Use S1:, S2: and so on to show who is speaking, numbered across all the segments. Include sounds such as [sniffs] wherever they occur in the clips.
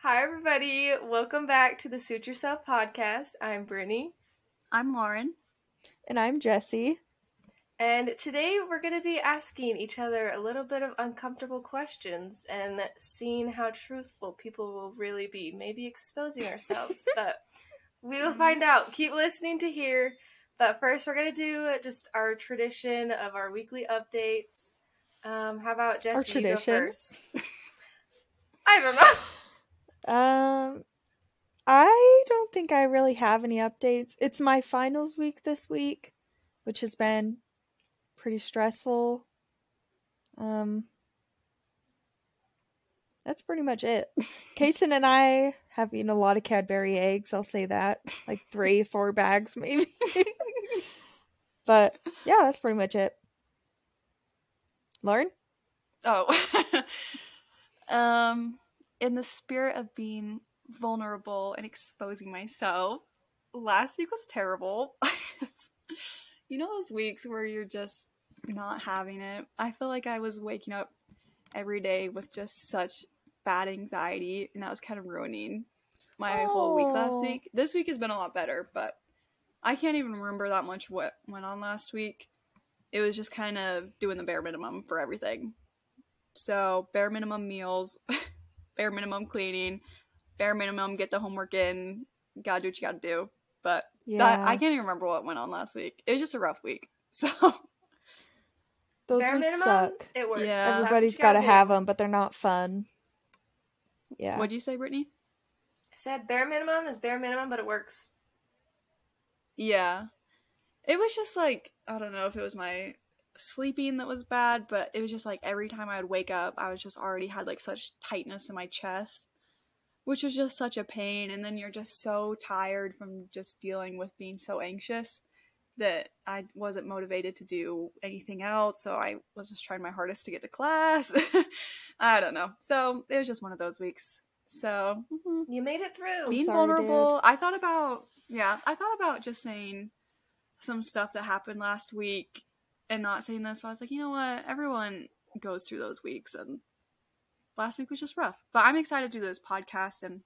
S1: Hi, everybody. Welcome back to the Suit Yourself podcast. I'm Brittany.
S2: I'm Lauren.
S3: And I'm Jesse.
S1: And today we're going to be asking each other a little bit of uncomfortable questions and seeing how truthful people will really be. Maybe exposing
S3: [laughs]
S1: ourselves, but we
S3: Mm-hmm.
S1: will find out. Keep listening to hear. But first, we're going to do just our tradition of our weekly updates. Um, how about Jesse? you go
S3: tradition?
S1: first? I don't know.
S3: Um, I don't think I really have any updates. It's my finals week this week, which has been pretty stressful. Um, that's pretty much it. Kason and I have eaten a lot of Cadbury eggs, I'll say that. Like three, four bags maybe. [laughs] but yeah, that's pretty much it. Lauren?
S2: Oh. [laughs] um, in the spirit of being vulnerable and exposing myself, last week was terrible. [laughs] I just, you know, those weeks where you're just not having it. I feel like I was waking up every day with just such bad anxiety, and that was kind of ruining my whole week last
S3: Oh.
S2: week. This week has been a lot better, but I can't even remember that much what went on last week. It was just kind of doing the bare minimum for everything. So, bare minimum meals, [laughs] bare minimum cleaning, bare minimum get the homework in, gotta do what you gotta do. But
S3: Yeah.
S2: that, I can't even remember what went on last week. It was just a rough week. [laughs] So,
S3: [laughs] Those
S1: Bare
S3: weeks
S1: minimum,
S3: suck.
S1: it works.
S2: Yeah.
S1: That's what
S3: Everybody's
S1: you gotta
S3: got to
S1: do.
S3: have them, but they're not fun. Yeah.
S2: what'd you say, Brittany?
S1: I said bare minimum is bare minimum, but it works.
S2: Yeah. It was just like, I don't know if it was my sleeping that was bad, but it was just like every time I would wake up, I was just already had like such tightness in my chest, which was just such a pain. And then you're just so tired from just dealing with being so anxious that I wasn't motivated to do anything else. So I was just trying my hardest to get to class. [laughs] I don't know. So it was just one of those weeks. So, mhm
S1: You made it through.
S2: being
S3: sorry,
S2: vulnerable. I thought about yeah, I thought about just saying some stuff that happened last week and not saying this. But I was like, you know what? Everyone goes through those weeks, and last week was just rough. But I'm excited to do this podcast and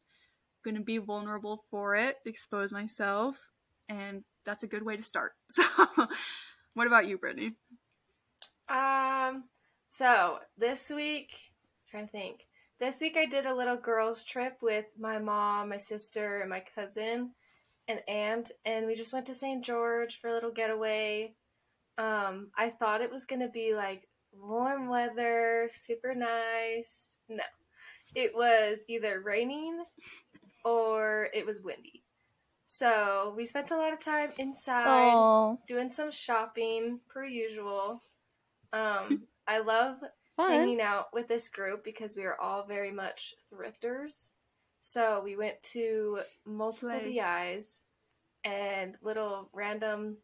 S2: going to be vulnerable for it, expose myself, and that's a good way to start. [laughs] So, what about you, Brittany?
S1: Um, so this week, trying to think. This week I did a little girls trip with my mom, my sister, and my cousin, and aunt, and we just went to St. George for a little getaway. Um, I thought it was gonna be like warm weather, super nice. No, it was either raining or it was windy. So we spent a lot of time inside
S3: Oh,
S1: doing some shopping per usual. Um, I love
S3: fun.
S1: hanging out with this group because we are all very much thrifters. So we went to multiple
S2: Slay.
S1: DIs and little random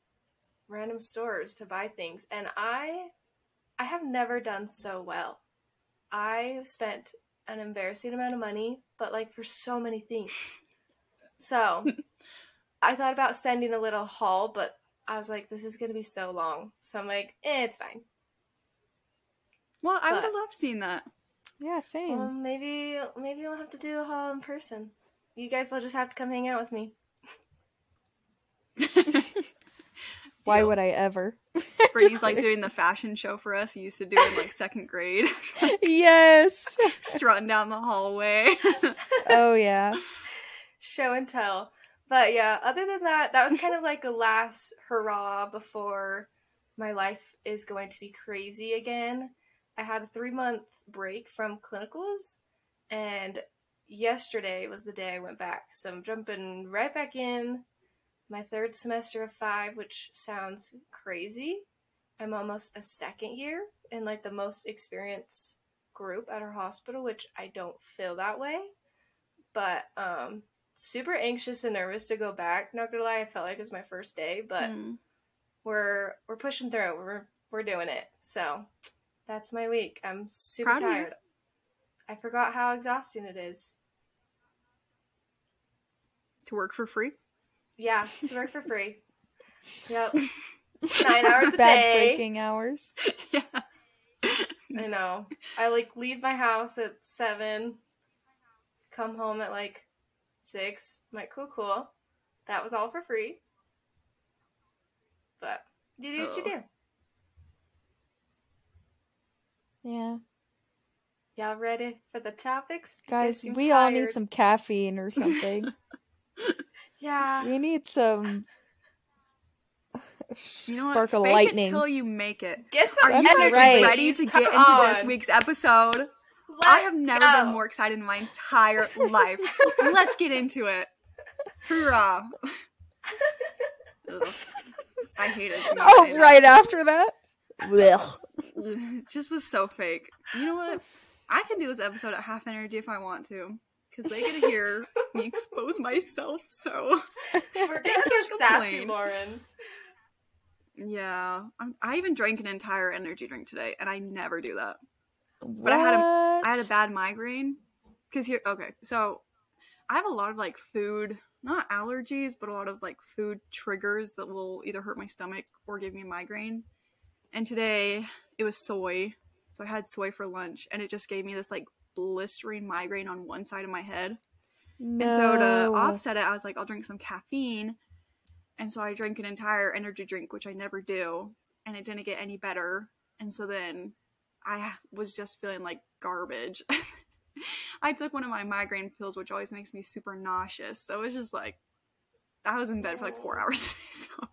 S1: random stores to buy things and I I have never done so well. I spent an embarrassing amount of money, but like for so many things. So I thought about sending a little haul, but I was like, this is gonna be so long. So I'm like, eh, it's fine.
S2: Well, I would have
S1: But-
S2: loved seeing that.
S3: Yeah, same.
S1: Well, maybe maybe we'll have to do a haul in person. You guys will just have to come hang out with me.
S3: Why
S2: Deal.
S3: would I ever?
S2: [laughs] [laughs] Brittany's
S3: Just
S2: like
S3: kidding.
S2: doing the fashion show for us you used to do in like second grade, [laughs]
S3: yes.
S2: strutting down the hallway.
S3: [laughs]
S2: [laughs]
S3: Oh yeah.
S1: Show and tell. But yeah, other than that, that was kind of like a last hurrah before my life is going to be crazy again. I had a three month break from clinicals, and yesterday was the day I went back. So I'm jumping right back in my third semester of five, which sounds crazy. I'm almost a second year in like the most experienced group at our hospital, which I don't feel that way. But um super anxious and nervous to go back. Not gonna lie, I felt like it was my first day, but
S2: Hmm.
S1: we're we're pushing through. We're we're doing it. So that's my week. I'm super
S2: Proud of you.
S1: tired. I forgot how exhausting it is.
S2: to work for free.
S1: Yeah, to work for
S3: [laughs]
S1: free. Yep. Nine hours a
S3: Bad
S1: day.
S3: breaking hours.
S2: yeah.
S1: I know. I like leave my house at seven, come home at like six. I'm like, cool, cool. That was all for free. But you do what you
S2: Oh.
S1: do.
S3: Yeah.
S1: Y'all ready for the topics? You
S3: Guys,
S1: seem
S3: we all need
S1: tired.
S3: some caffeine
S2: [laughs]
S3: or something.
S1: Yeah.
S3: we need some
S2: You know
S3: spark
S2: what?
S3: of
S2: Fake
S3: lightning.
S2: it till you make it.
S1: Get some
S2: Are you
S3: That's
S2: guys
S3: right.
S2: ready to
S1: Come
S2: get into this
S1: on.
S2: week's episode?
S1: Let's
S2: I have never
S1: go.
S2: been more excited in my entire life. Let's get into it. Hurrah.
S1: [laughs]
S2: Ugh. I hate
S3: [laughs]
S2: it. when you
S3: oh,
S2: say that.
S3: right after that. Blech.
S2: It just was so fake. You know what? I can do this episode at half energy if I want to. Because they get to hear me expose myself, so.
S1: [laughs] We're getting
S2: Just
S1: sassy,
S2: complain.
S1: Lauren.
S2: Yeah. I'm, I even drank an entire energy drink today, and I never do that. I had a- I had a
S3: What?
S2: bad migraine. Cause here, okay, so I have a lot of like food, not allergies, but a lot of like food triggers that will either hurt my stomach or give me a migraine. And today it was soy, so I had soy for lunch, and it just gave me this like blistering migraine on one side of my head.
S3: no.
S2: And so to offset it, I was like, I'll drink some caffeine. And so I drank an entire energy drink, which I never do, and it didn't get any better. And so then I was just feeling like garbage. [laughs] I took one of my migraine pills, which always makes me super nauseous. So it was just like, I was in bed for like four hours [laughs] today. So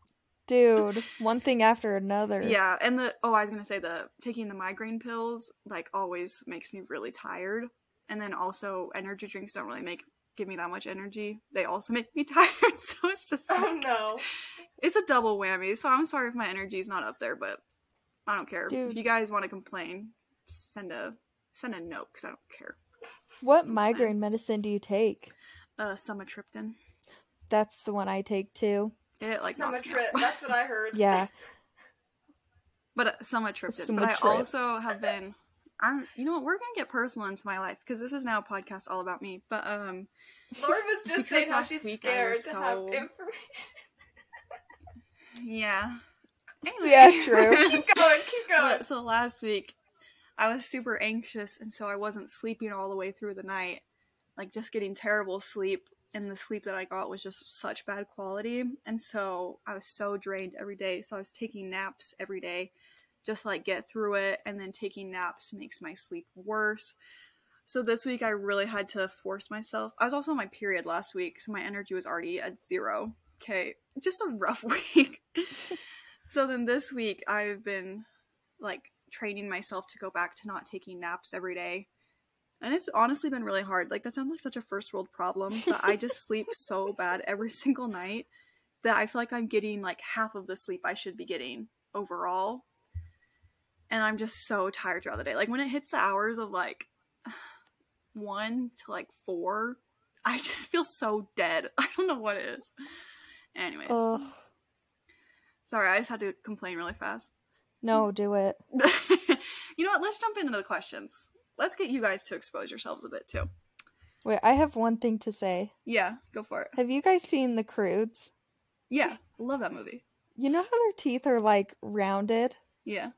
S3: Dude, one thing after another.
S2: yeah, and the oh, I was gonna say the taking the migraine pills like always makes me really tired, and then also energy drinks don't really make give me that much energy. They also make me [laughs] tired, so it's just
S1: Oh
S2: like-
S1: no.
S2: it's a double whammy. So I'm sorry if my energy's not up there, but I don't care.
S3: Dude.
S2: If you guys want to complain, send a send a note because I don't care.
S3: What
S2: Oops, I-
S3: migraine medicine do you take?
S2: Uh, sumatriptan.
S3: That's the one I
S2: [laughs]
S3: take too.
S2: It like
S1: Summer
S2: knocked me out.
S1: trip. That's what I heard.
S3: Yeah.
S2: [laughs] But uh, sumatriptan. But I
S3: Sumatrip.
S2: also have been. I'm. You know what? We're gonna get personal into my life because this is now a podcast all about me. But um,
S1: [laughs] Lauren was just
S2: Because
S1: saying how
S2: last
S1: she's
S2: week I
S1: scared
S2: was
S1: to have
S2: so-
S1: information. [laughs]
S2: yeah.
S3: Yeah, true.
S1: keep going, keep going.
S2: But so last week, I was super anxious, and so I wasn't sleeping all the way through the night, like just getting terrible sleep. And the sleep that I got was just such bad quality. And so I was so drained every day. So I was taking naps every day just to, like get through it. And then taking naps makes my sleep worse. So this week I really had to force myself. I was also on my period last week, so my energy was already at zero. Okay, just a rough [laughs] week. so then this week I've been like training myself to go back to not taking naps every day. And it's honestly been really hard. Like that sounds like such a first world problem, but I just sleep so bad every single night that I feel like I'm getting like half of the sleep I should be getting overall. And I'm just so tired throughout the day. Like when it hits the hours of like [sighs] 1 to like 4, I just feel so dead. [laughs] I don't know what it is. Anyways,
S3: Ugh.
S2: sorry, I just had to complain really fast. [laughs]
S3: No, do it.
S2: you know what? Let's jump into the questions. Let's get you guys to expose yourselves a bit too.
S3: Wait, I have one thing to say.
S2: Yeah, go for it.
S3: Have you guys seen the crudes?
S2: Yeah, love that movie.
S3: You know how their teeth are like rounded?
S2: Yeah.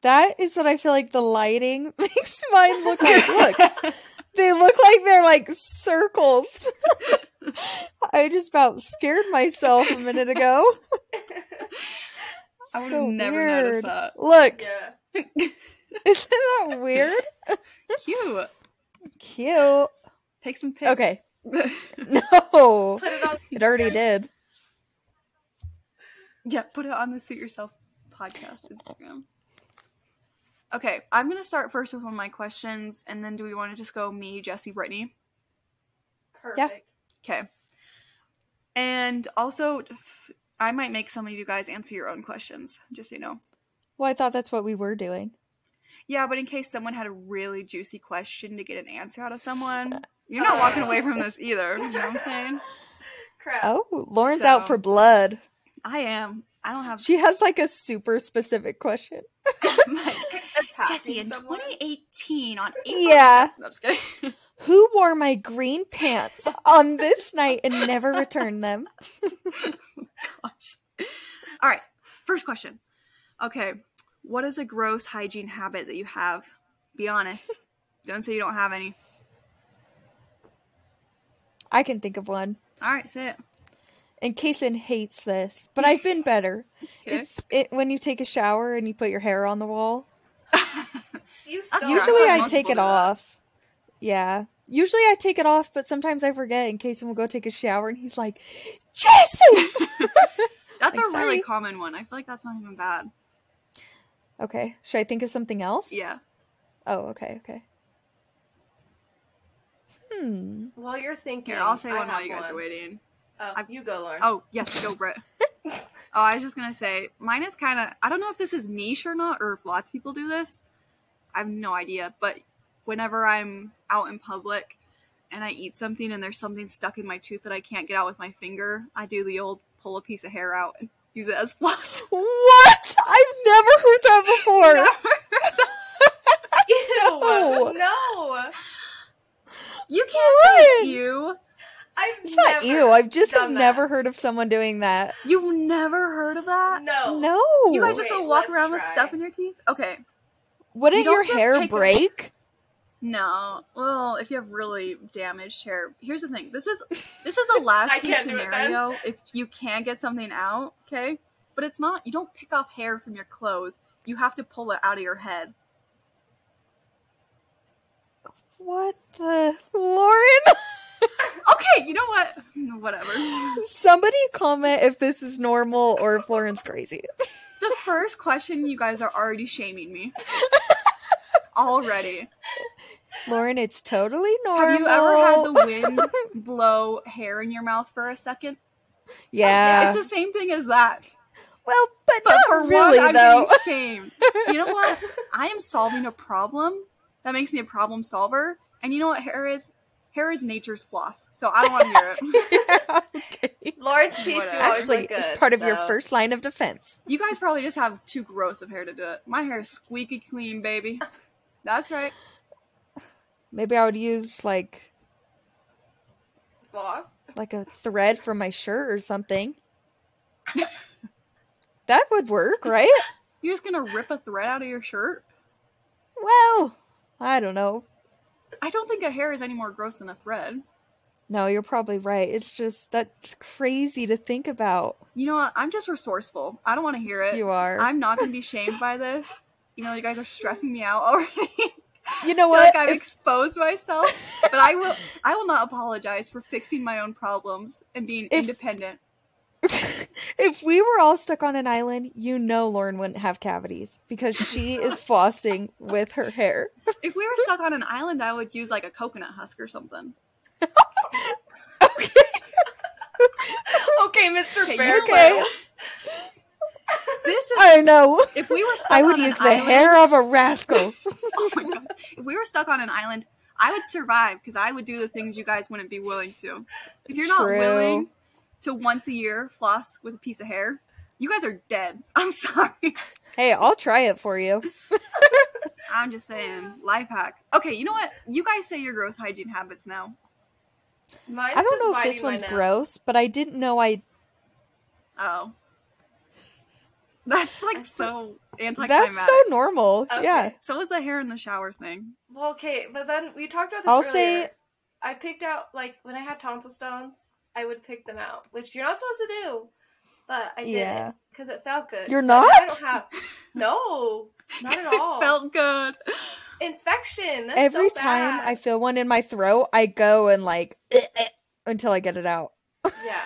S3: That is what I feel like the lighting [laughs] makes mine look like.
S2: [laughs]
S3: Look, they look like they're like circles. [laughs] I just about scared myself a minute ago.
S2: [laughs] I would have
S3: So
S2: never noticed that.
S3: Look,
S1: yeah.
S3: [laughs] isn't that weird?
S2: Cute. [laughs]
S3: Cute.
S2: Take some pics.
S3: Okay. [laughs] No,
S1: Put it on.
S3: it already did.
S2: [laughs] yeah, put it on the Suit Yourself podcast Instagram. Okay, I'm gonna start first with one of my questions, and then do we want to just go me, Jesse, Brittany?
S1: Perfect.
S2: Okay. And also, f- I might make some of you guys answer your own questions, just so you know.
S3: Well, I thought that's what we were doing.
S2: Yeah, but in case someone had a really juicy question to get an answer out of someone, you're not walking away from this either. You know what I'm saying?
S1: Crap.
S3: Oh, Lauren's
S2: So-
S3: out for blood.
S2: [laughs] I am. I don't [laughs] have.
S3: She has like a super specific question.
S2: I'm like,
S1: Attacking
S2: Jesse, in
S1: someone.
S2: 2018, on April.
S3: Yeah.
S2: No, I'm just [laughs] kidding.
S3: Who wore my green pants on this night and never returned them?
S2: Gosh. All right. First question. Okay. What is a gross hygiene [laughs] habit that you have? Be honest. Don't say you don't have any.
S3: I can think of one.
S2: All right, [laughs] say it.
S3: And Kason hates this, but I've
S2: [laughs]
S3: been better.
S2: 'Kay.
S3: It's it when you take a shower and you put your hair on the wall.
S1: You
S2: That's
S1: still
S2: Yeah, I feel
S3: Usually
S2: like
S3: I
S2: most
S3: take
S2: people
S3: it
S2: do that.
S3: off. Yeah. Usually I take it off, but sometimes I forget and Kason will go take a shower and he's like, Jason
S2: [laughs] that's
S3: Like,
S2: a really
S3: sorry.
S2: common one. I feel like that's not even bad.
S3: Okay. Should I think of something else?
S2: Yeah.
S3: Oh, okay, okay. Hmm.
S1: while you're thinking,
S2: Here, I'll say
S1: I
S2: one while
S1: have
S2: you guys are
S1: one.
S2: waiting.
S1: Oh,
S2: I've-
S1: you go, Lauren. [laughs]
S2: Oh, yes, go Brit. oh, I was just gonna say, mine is kind of. I don't know if this is niche or not, or if lots of people do this. I have no idea. But whenever I'm out in public and I eat something and there's something stuck in my tooth that I can't get out with my finger, I do the old pull a piece of hair out and use it
S1: [laughs]
S2: as floss.
S3: What? I've never heard that before.
S1: Ew,
S3: No.
S1: uh, no,
S2: you can't
S3: Lauren!
S2: say you.
S1: I've
S3: It's
S1: never.
S3: not you. I've just have
S1: done that.
S3: never heard of someone doing that.
S2: You've never heard of that?
S1: No,
S3: No.
S2: Oh. You guys just go
S1: Wait,
S2: walk
S1: let's
S2: around with
S1: try.
S2: stuff in your teeth? Okay.
S3: Wouldn't
S2: you don't
S3: your
S2: just
S3: hair
S2: pick a-
S3: break?
S2: No. Well, if you have really damaged hair, here's the thing. This is
S1: [laughs]
S2: this is a
S1: I
S2: last case
S1: can't do it then.
S2: scenario. If you can get something out, okay? But it's not you don't pick off hair from your clothes. You have to pull it out of your head.
S3: What the Lauren? [laughs]
S2: Okay, you know what? [laughs] Whatever.
S3: Somebody comment if this is normal or if Lauren's crazy.
S2: The first question you guys are already
S1: [laughs]
S2: shaming me. Already.
S3: Lauren, it's totally normal.
S2: Have you ever had the wind blow hair in your mouth for a second?
S3: Yeah.
S2: It's the same thing as that.
S3: well, but,
S2: But
S3: not
S2: for
S3: really
S2: one, I'm
S3: though. [laughs]
S2: getting shamed. You know what? I am solving a problem. That makes me a problem solver. And you know what hair is? Hair is nature's floss. So I don't want to hear [laughs]
S3: [laughs]
S2: it.
S3: okay.
S1: Lauren's teeth do
S2: Whatever.
S1: always
S3: Actually,
S1: look
S3: it's
S1: good,
S3: part of your
S1: so-
S3: first line of defense.
S2: You guys probably just have too gross of hair to do it. My hair is squeaky clean, baby. That's right.
S3: Maybe I would use like
S1: floss.
S3: like a thread from my shirt or something. that would work, right?
S2: You're just gonna rip a thread out of your shirt?
S3: Well, I don't know.
S2: I don't think a hair is any more gross than a thread.
S3: No, you're probably right. It's just that's crazy to think about.
S2: You know what? I'm just resourceful. I don't want to hear it.
S3: You are.
S2: I'm not gonna be shamed by this. You know, you guys are stressing me out already.
S3: you know
S2: feel like
S3: what?
S2: I've
S3: If-
S2: exposed myself, but I
S3: [laughs]
S2: will. I will not apologize for fixing my own problems and being
S3: If-
S2: independent.
S3: [laughs] if we were all stuck on an island, you know Lauren wouldn't have cavities because
S2: [laughs]
S3: she is flossing with her hair.
S2: If we were stuck on an island, I would use like a coconut husk or something.
S3: Okay.
S1: Okay,
S3: [laughs]
S1: Mr.
S2: Okay, you
S1: Bear.
S2: know
S3: Okay.
S1: Grylls.
S2: This is
S3: I know.
S2: if we were stuck
S3: I would
S2: on
S3: use
S2: an
S3: the
S2: island,
S3: hair of a rascal.
S2: [laughs] Oh my god! If we were stuck on an island, I would survive because I would do the things you guys wouldn't be willing to. If you're not
S3: True.
S2: willing to once a year floss with a piece of hair, you guys are dead. [laughs] I'm sorry.
S3: hey, I'll try it for you.
S2: I'm just saying, life hack. Okay, you know what? You guys say your gross hygiene habits now.
S1: Mine's
S3: I don't
S1: just
S3: know if this
S1: biting my
S3: one's
S1: nails.
S3: gross, but I didn't know I
S2: Oh. That's like so anticlimactic.
S3: That's so normal.
S1: Okay.
S3: Yeah.
S2: so is the hair in the shower thing.
S1: Well, okay, but then we talked about this
S3: I'll
S1: earlier.
S3: say-
S1: I picked out like when I had tonsil stones, I would pick them out, which you're not supposed to do, but I did
S3: Yeah.
S1: it because it felt good.
S3: You're
S1: But now I
S3: not?
S1: don't have.
S3: [laughs]
S1: No, not at
S2: Because it
S1: all.
S2: felt good.
S1: Infection. That's
S3: Every
S1: so
S3: time I
S1: bad.
S3: feel one in my throat, I go and like [laughs] eh, eh, until I get it out.
S1: yeah.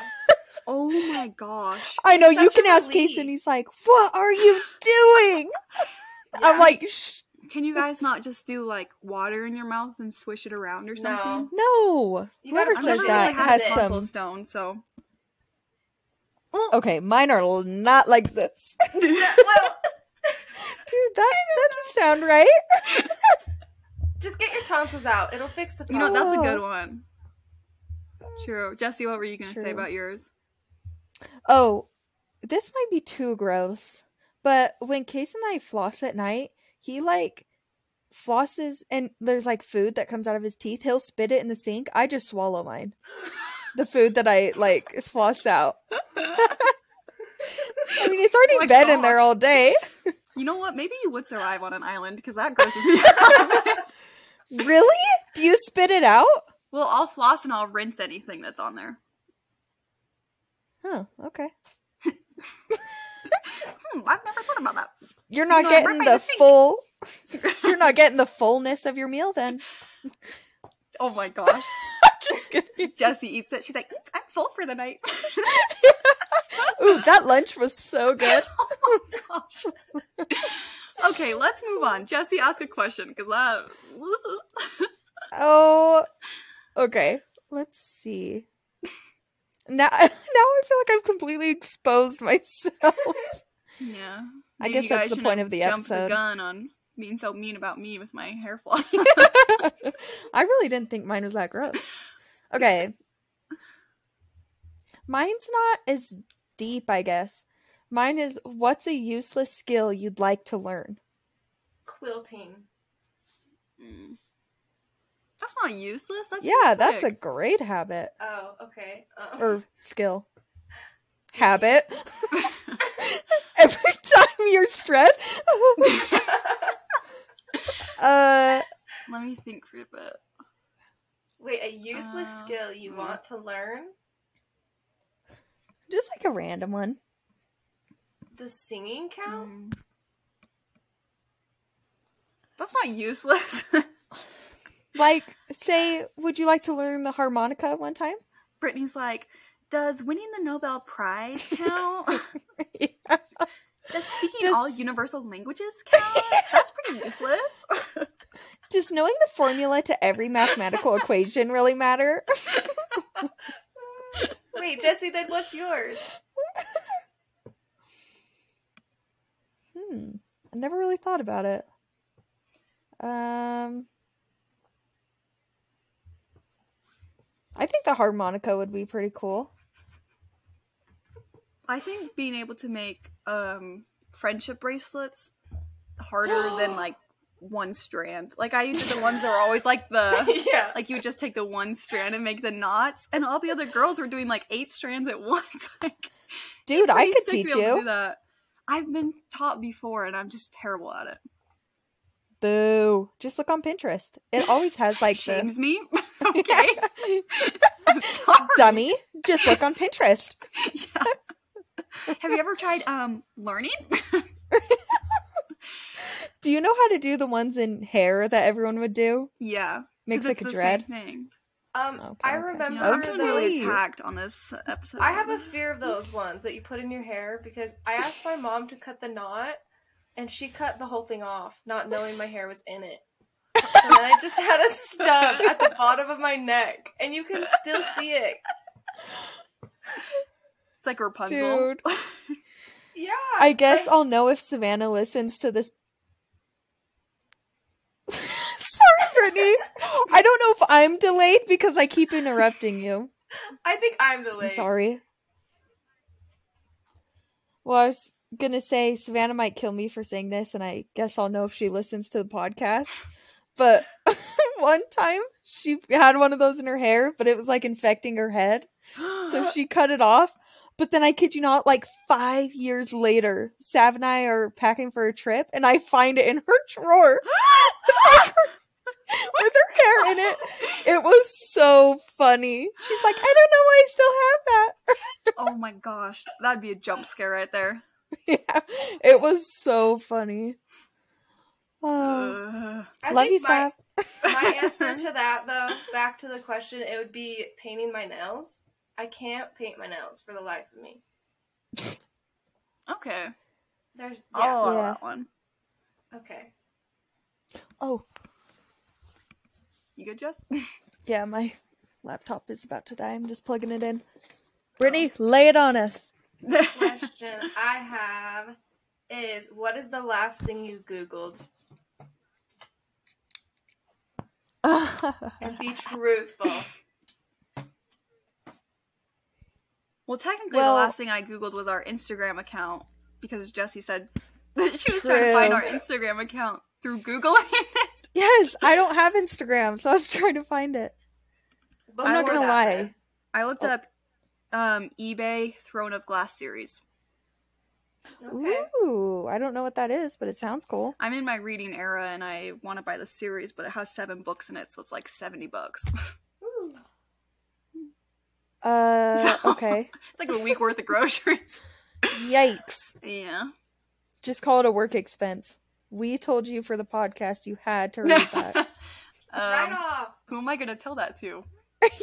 S2: Oh my gosh.
S3: I know
S1: It's
S3: you
S1: such a
S3: can ask Case,
S1: relief.
S3: and he's like, "What are you
S1: [laughs]
S3: doing?" [laughs] I'm
S1: Yeah.
S3: like, Shh,
S2: [laughs] Can you guys not just do like water in your mouth and swish it around or
S1: No.
S2: something?
S3: "No."
S1: You gotta
S3: Whoever
S1: put
S2: I've
S3: says
S2: never
S3: that
S2: really had
S3: has
S1: it.
S3: some.
S2: tonsil stone, so
S3: Okay, mine are l- not like this, [laughs]
S1: Yeah, well, [laughs]
S3: dude. That doesn't sound right.
S1: just get your tonsils out. It'll fix the
S2: you
S1: problem.
S2: know that's a good
S3: Oh.
S2: one. True, Jesse. What were you gonna say
S3: True.
S2: about yours?
S3: Oh, this might be too gross, but when Case and I floss at night, he like flosses and there's like food that comes out of his teeth. He'll spit it in the sink. I just swallow
S2: [laughs]
S3: mine. the food that I like floss out. I mean, it's already
S2: Oh my
S3: been in there
S2: gosh.
S3: all day.
S2: You know what? Maybe you would survive on an island because that grosses me out. [laughs]
S3: Really? Do you spit it out?
S2: Well, I'll floss and I'll rinse anything that's on there.
S3: Huh, okay.
S2: Hmm, I've never thought about that.
S3: You're not
S2: No, right
S3: getting
S2: by
S3: the,
S2: the sink.
S3: full
S2: [laughs]
S3: You're not getting the fullness of your meal then.
S2: Oh
S3: [laughs]
S2: my gosh.
S3: Just kidding.
S2: Jesse eats it. She's like, "Mm, I'm full for the night. [laughs]
S3: Ooh, that lunch was so good.
S2: oh my gosh. okay, let's move on. Jesse, ask a question because that. [laughs]
S3: Oh, okay. Let's see. Now, [laughs] now I feel like I've completely exposed myself. [laughs]
S2: yeah.
S3: I
S2: Maybe
S3: guess
S2: you
S3: that's
S2: guys
S3: the point
S2: shouldn't
S3: of the
S2: jump
S3: episode.
S2: the gun on being so mean about me with my hair floss.
S3: I really didn't think mine was that gross. Okay. Mine's not as deep, I guess. Mine is what's a useless skill you'd like to learn?
S1: Quilting.
S2: Mm. [laughs] That's not useless. That's so
S3: yeah, that's a [laughs]
S2: sick.
S3: great habit
S1: Oh, okay. Um,
S3: or [laughs] skill. Habit. [laughs] Every time you're stressed. [laughs] uh
S2: [laughs] Let me think for a bit.
S1: [laughs] Wait, a useless
S2: Uh,
S1: skill you
S2: mm.
S1: want to learn?
S3: just like a random one.
S1: Does singing count?
S2: Mm. That's not useless. [laughs]
S3: Like, say, would you like to learn the harmonica one time? [laughs]
S2: Brittany's like, does winning the Nobel Prize count? [laughs]
S3: yeah.
S2: does speaking
S3: Does-
S2: all universal languages
S3: [laughs]
S2: count? That's pretty useless.
S3: Does knowing the formula to every mathematical equation really matter?
S2: Mm.
S1: Wait, Jesse, then what's yours?
S2: [laughs]
S3: Hmm. I never really thought about it. Um I think the harmonica would be pretty cool.
S2: I think being able to make um friendship bracelets harder than
S3: [gasps]
S2: like one strand. Like I used to the ones that were always like
S3: [laughs]
S2: the
S1: [laughs] yeah.
S2: like you would just take the one strand and make the knots, and all the other girls were doing like eight strands at [laughs] once. Like,
S3: Dude, I
S2: pretty
S3: could
S2: sick to
S3: teach
S2: be able to do
S3: you.
S2: that. I've been taught before, and I'm just terrible at it.
S3: Boo. Just look on Pinterest. It always
S2: [laughs]
S3: has like the
S2: Shames
S3: [laughs]
S2: me. okay, I'm sorry.
S3: dummy. Just look on Pinterest.
S2: [laughs] Yeah. Have you ever tried um learning? [laughs]
S3: Do you know how to do the ones in hair that everyone would do?
S2: Yeah, 'cause
S3: Makes like
S2: it's
S3: a
S2: the
S3: dread.
S2: Same thing.
S1: Um,
S3: Okay,
S1: I
S3: okay.
S1: remember
S2: Yeah, I'm
S3: Okay.
S2: feeling
S1: those.
S2: really hacked on this episode.
S1: I have a fear of those ones that you put in your hair because I asked my mom to cut the knot and she cut the whole thing off, not knowing my hair was in it. And then I just had a stub at the bottom of my neck, and you can still see it.
S2: It's like Rapunzel.
S3: Dude.
S1: Yeah.
S3: I guess
S1: like,
S3: I'll know if Savannah listens to this. [laughs] Sorry, Brittany. I don't know if I'm delayed because I keep interrupting you.
S1: I think I'm the
S3: I'm
S1: lady.
S3: sorry. Well, I was gonna say Savannah might kill me for saying this, and I guess I'll know if she listens to the podcast. But [laughs] one time she had one of those in her hair, but it was like infecting her head. [gasps]
S1: [gasps]
S2: [gasps]
S3: so she cut it off. But then I kid you not, like five years later, Sav and I are packing for a trip, and I find it in her
S1: [gasps]
S3: drawer with her hair in it. It was so funny. She's like, I don't know why I still have that. [laughs]
S2: oh my gosh, that'd be a jump scare right there.
S3: yeah, it was so funny. [gasps] Oh,
S2: Ugh.
S1: Uh, I
S3: love
S1: think
S3: you,
S1: my,
S3: Sav.
S1: my
S2: [laughs]
S1: answer
S3: [laughs]
S1: to that, though, back to the question, it would be painting my nails. I can't paint my nails for the life of me.
S2: Okay,
S1: There's
S2: I'll
S1: yeah.
S2: allow
S3: Yeah.
S2: that one.
S1: Okay.
S3: Oh,
S2: You good,
S3: [laughs]
S2: Jess? [laughs]
S3: yeah, my laptop is about to die. I'm just plugging it in. Brittany,
S1: Oh.
S3: lay it on us. [laughs]
S1: Question I have is what is the last thing you Googled? And be truthful.
S2: well, technically,
S3: Well-
S2: the last thing I googled was our Instagram account because Jesse said [laughs] that she was trying to find our
S1: True.
S2: Instagram account through googling [laughs] it.
S3: yes, I don't have Instagram, so I was [laughs] trying to find it. [laughs] I'm not
S1: Before
S3: gonna
S1: that,
S3: lie.
S1: though,
S2: I looked
S3: Oh.
S2: up um eBay Throne of Glass series.
S1: Okay.
S3: Ooh, I don't know what that is, but it
S2: [laughs]
S3: sounds cool.
S2: I'm in my reading era and I want to buy the series, but it has seven books in it, so it's like 70 bucks. [laughs]
S1: Ooh.
S3: Uh,
S2: So-
S3: okay.
S2: It's like a week worth of groceries. [laughs]
S3: Yikes.
S2: Yeah.
S3: Just call it a work expense. We told you for the podcast you had to read
S2: [laughs]
S3: that. [laughs]
S1: right
S2: Um,
S1: off.
S2: who am I going to tell that to?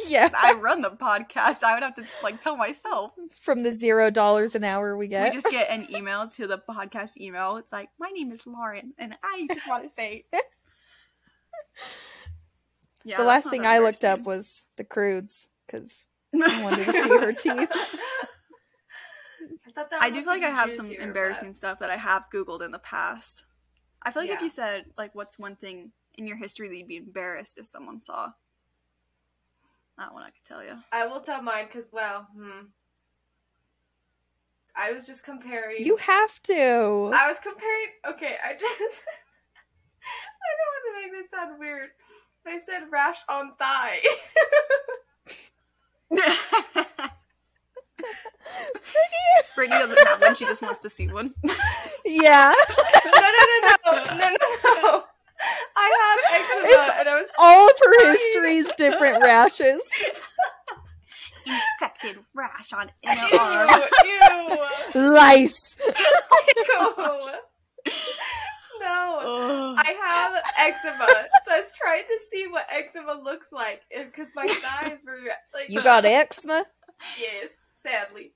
S3: yeah.
S2: I run the podcast. I would have to like tell myself.
S3: From the zero dollars an hour we
S2: We
S3: get.
S2: just get an email to the podcast email. It's like, my name is Lauren, and I just want to
S3: [laughs]
S2: say. Yeah,
S3: the
S2: that's
S3: last
S2: not
S3: thing
S2: that
S3: I looked up
S2: embarrassing.
S3: was the crudes because
S2: [laughs]
S3: I wanted to see
S1: [laughs]
S3: her teeth.
S1: I thought that
S2: I do
S1: was
S2: feel like I
S1: gonna be
S2: have some
S1: juicier, but-
S2: embarrassing stuff that I have Googled in the past. I feel like if
S1: Yeah.
S2: you said, like, what's one thing in your history that you'd be embarrassed if someone saw? That one I could tell you.
S1: I will tell mine because, well, hmm. I was just comparing.
S3: You have to.
S1: I was comparing. Okay, I just. [laughs] I don't want to make this sound weird. I said rash on thigh. [laughs]
S2: Brittany doesn't have one, she just wants to
S1: [laughs]
S2: see one.
S3: yeah. [laughs]
S1: no, no, no, no, no, no, no. I have eczema,
S3: It's-
S1: and I was.
S3: All of her history's
S2: [laughs]
S3: different rashes.
S2: Infected rash [laughs] on inner arm.
S1: Ew,
S3: Lice.
S1: ew, ew. No. I have eczema, so I was trying to see what eczema looks like because my thighs were like.
S3: You got eczema.
S1: Yes, sadly.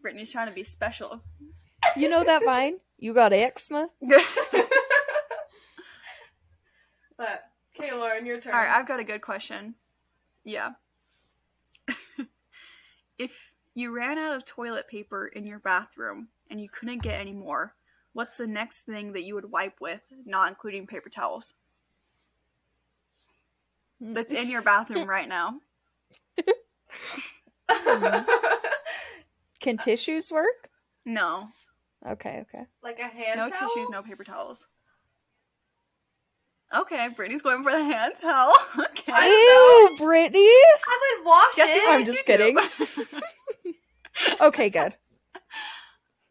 S2: Brittany's trying to be
S1: [laughs]
S2: special.
S3: You know that vine? You got eczema.
S1: But okay, Lauren, your turn.
S2: All right, I've got a good question. Yeah. [laughs] if you ran out of toilet paper in your bathroom and you couldn't get any more, what's the next thing that you would wipe with, not including paper towels? That's in your bathroom right now.
S3: Can tissues work?
S2: No.
S3: Okay, okay.
S1: [laughs] like a hand
S2: No
S1: towel?
S2: tissues, no paper towels. Okay, Brittany's going for the hand towel. [laughs] Okay.
S3: Ew, Brittany.
S1: I would wash
S2: Jesse,
S1: it.
S2: what
S3: I'm
S2: would
S3: just
S2: you do?
S3: Okay, good.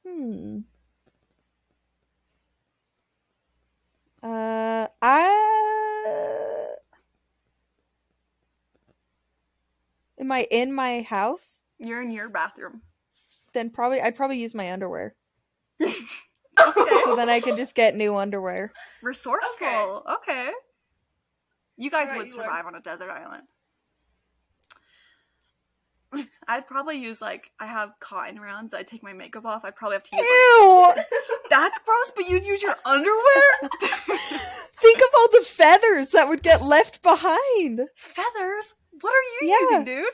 S3: Hmm. Uh, I. Am I in my house?
S2: [laughs] You're in your bathroom.
S3: Then probably I'd probably use my underwear.
S2: Okay.
S3: So then I could just get new underwear.
S2: Resourceful. Okay. You guys
S1: Alright,
S2: would
S1: you are.
S2: survive on a desert island. [laughs] I'd probably use like I have cotton rounds. I take my makeup off. I'd probably have to use. Like,
S3: Ew! [laughs]
S2: That's gross, but you'd use your underwear.
S3: Think of all the feathers that would get left behind,
S2: Feathers? What are you
S3: Yeah.
S2: using, dude?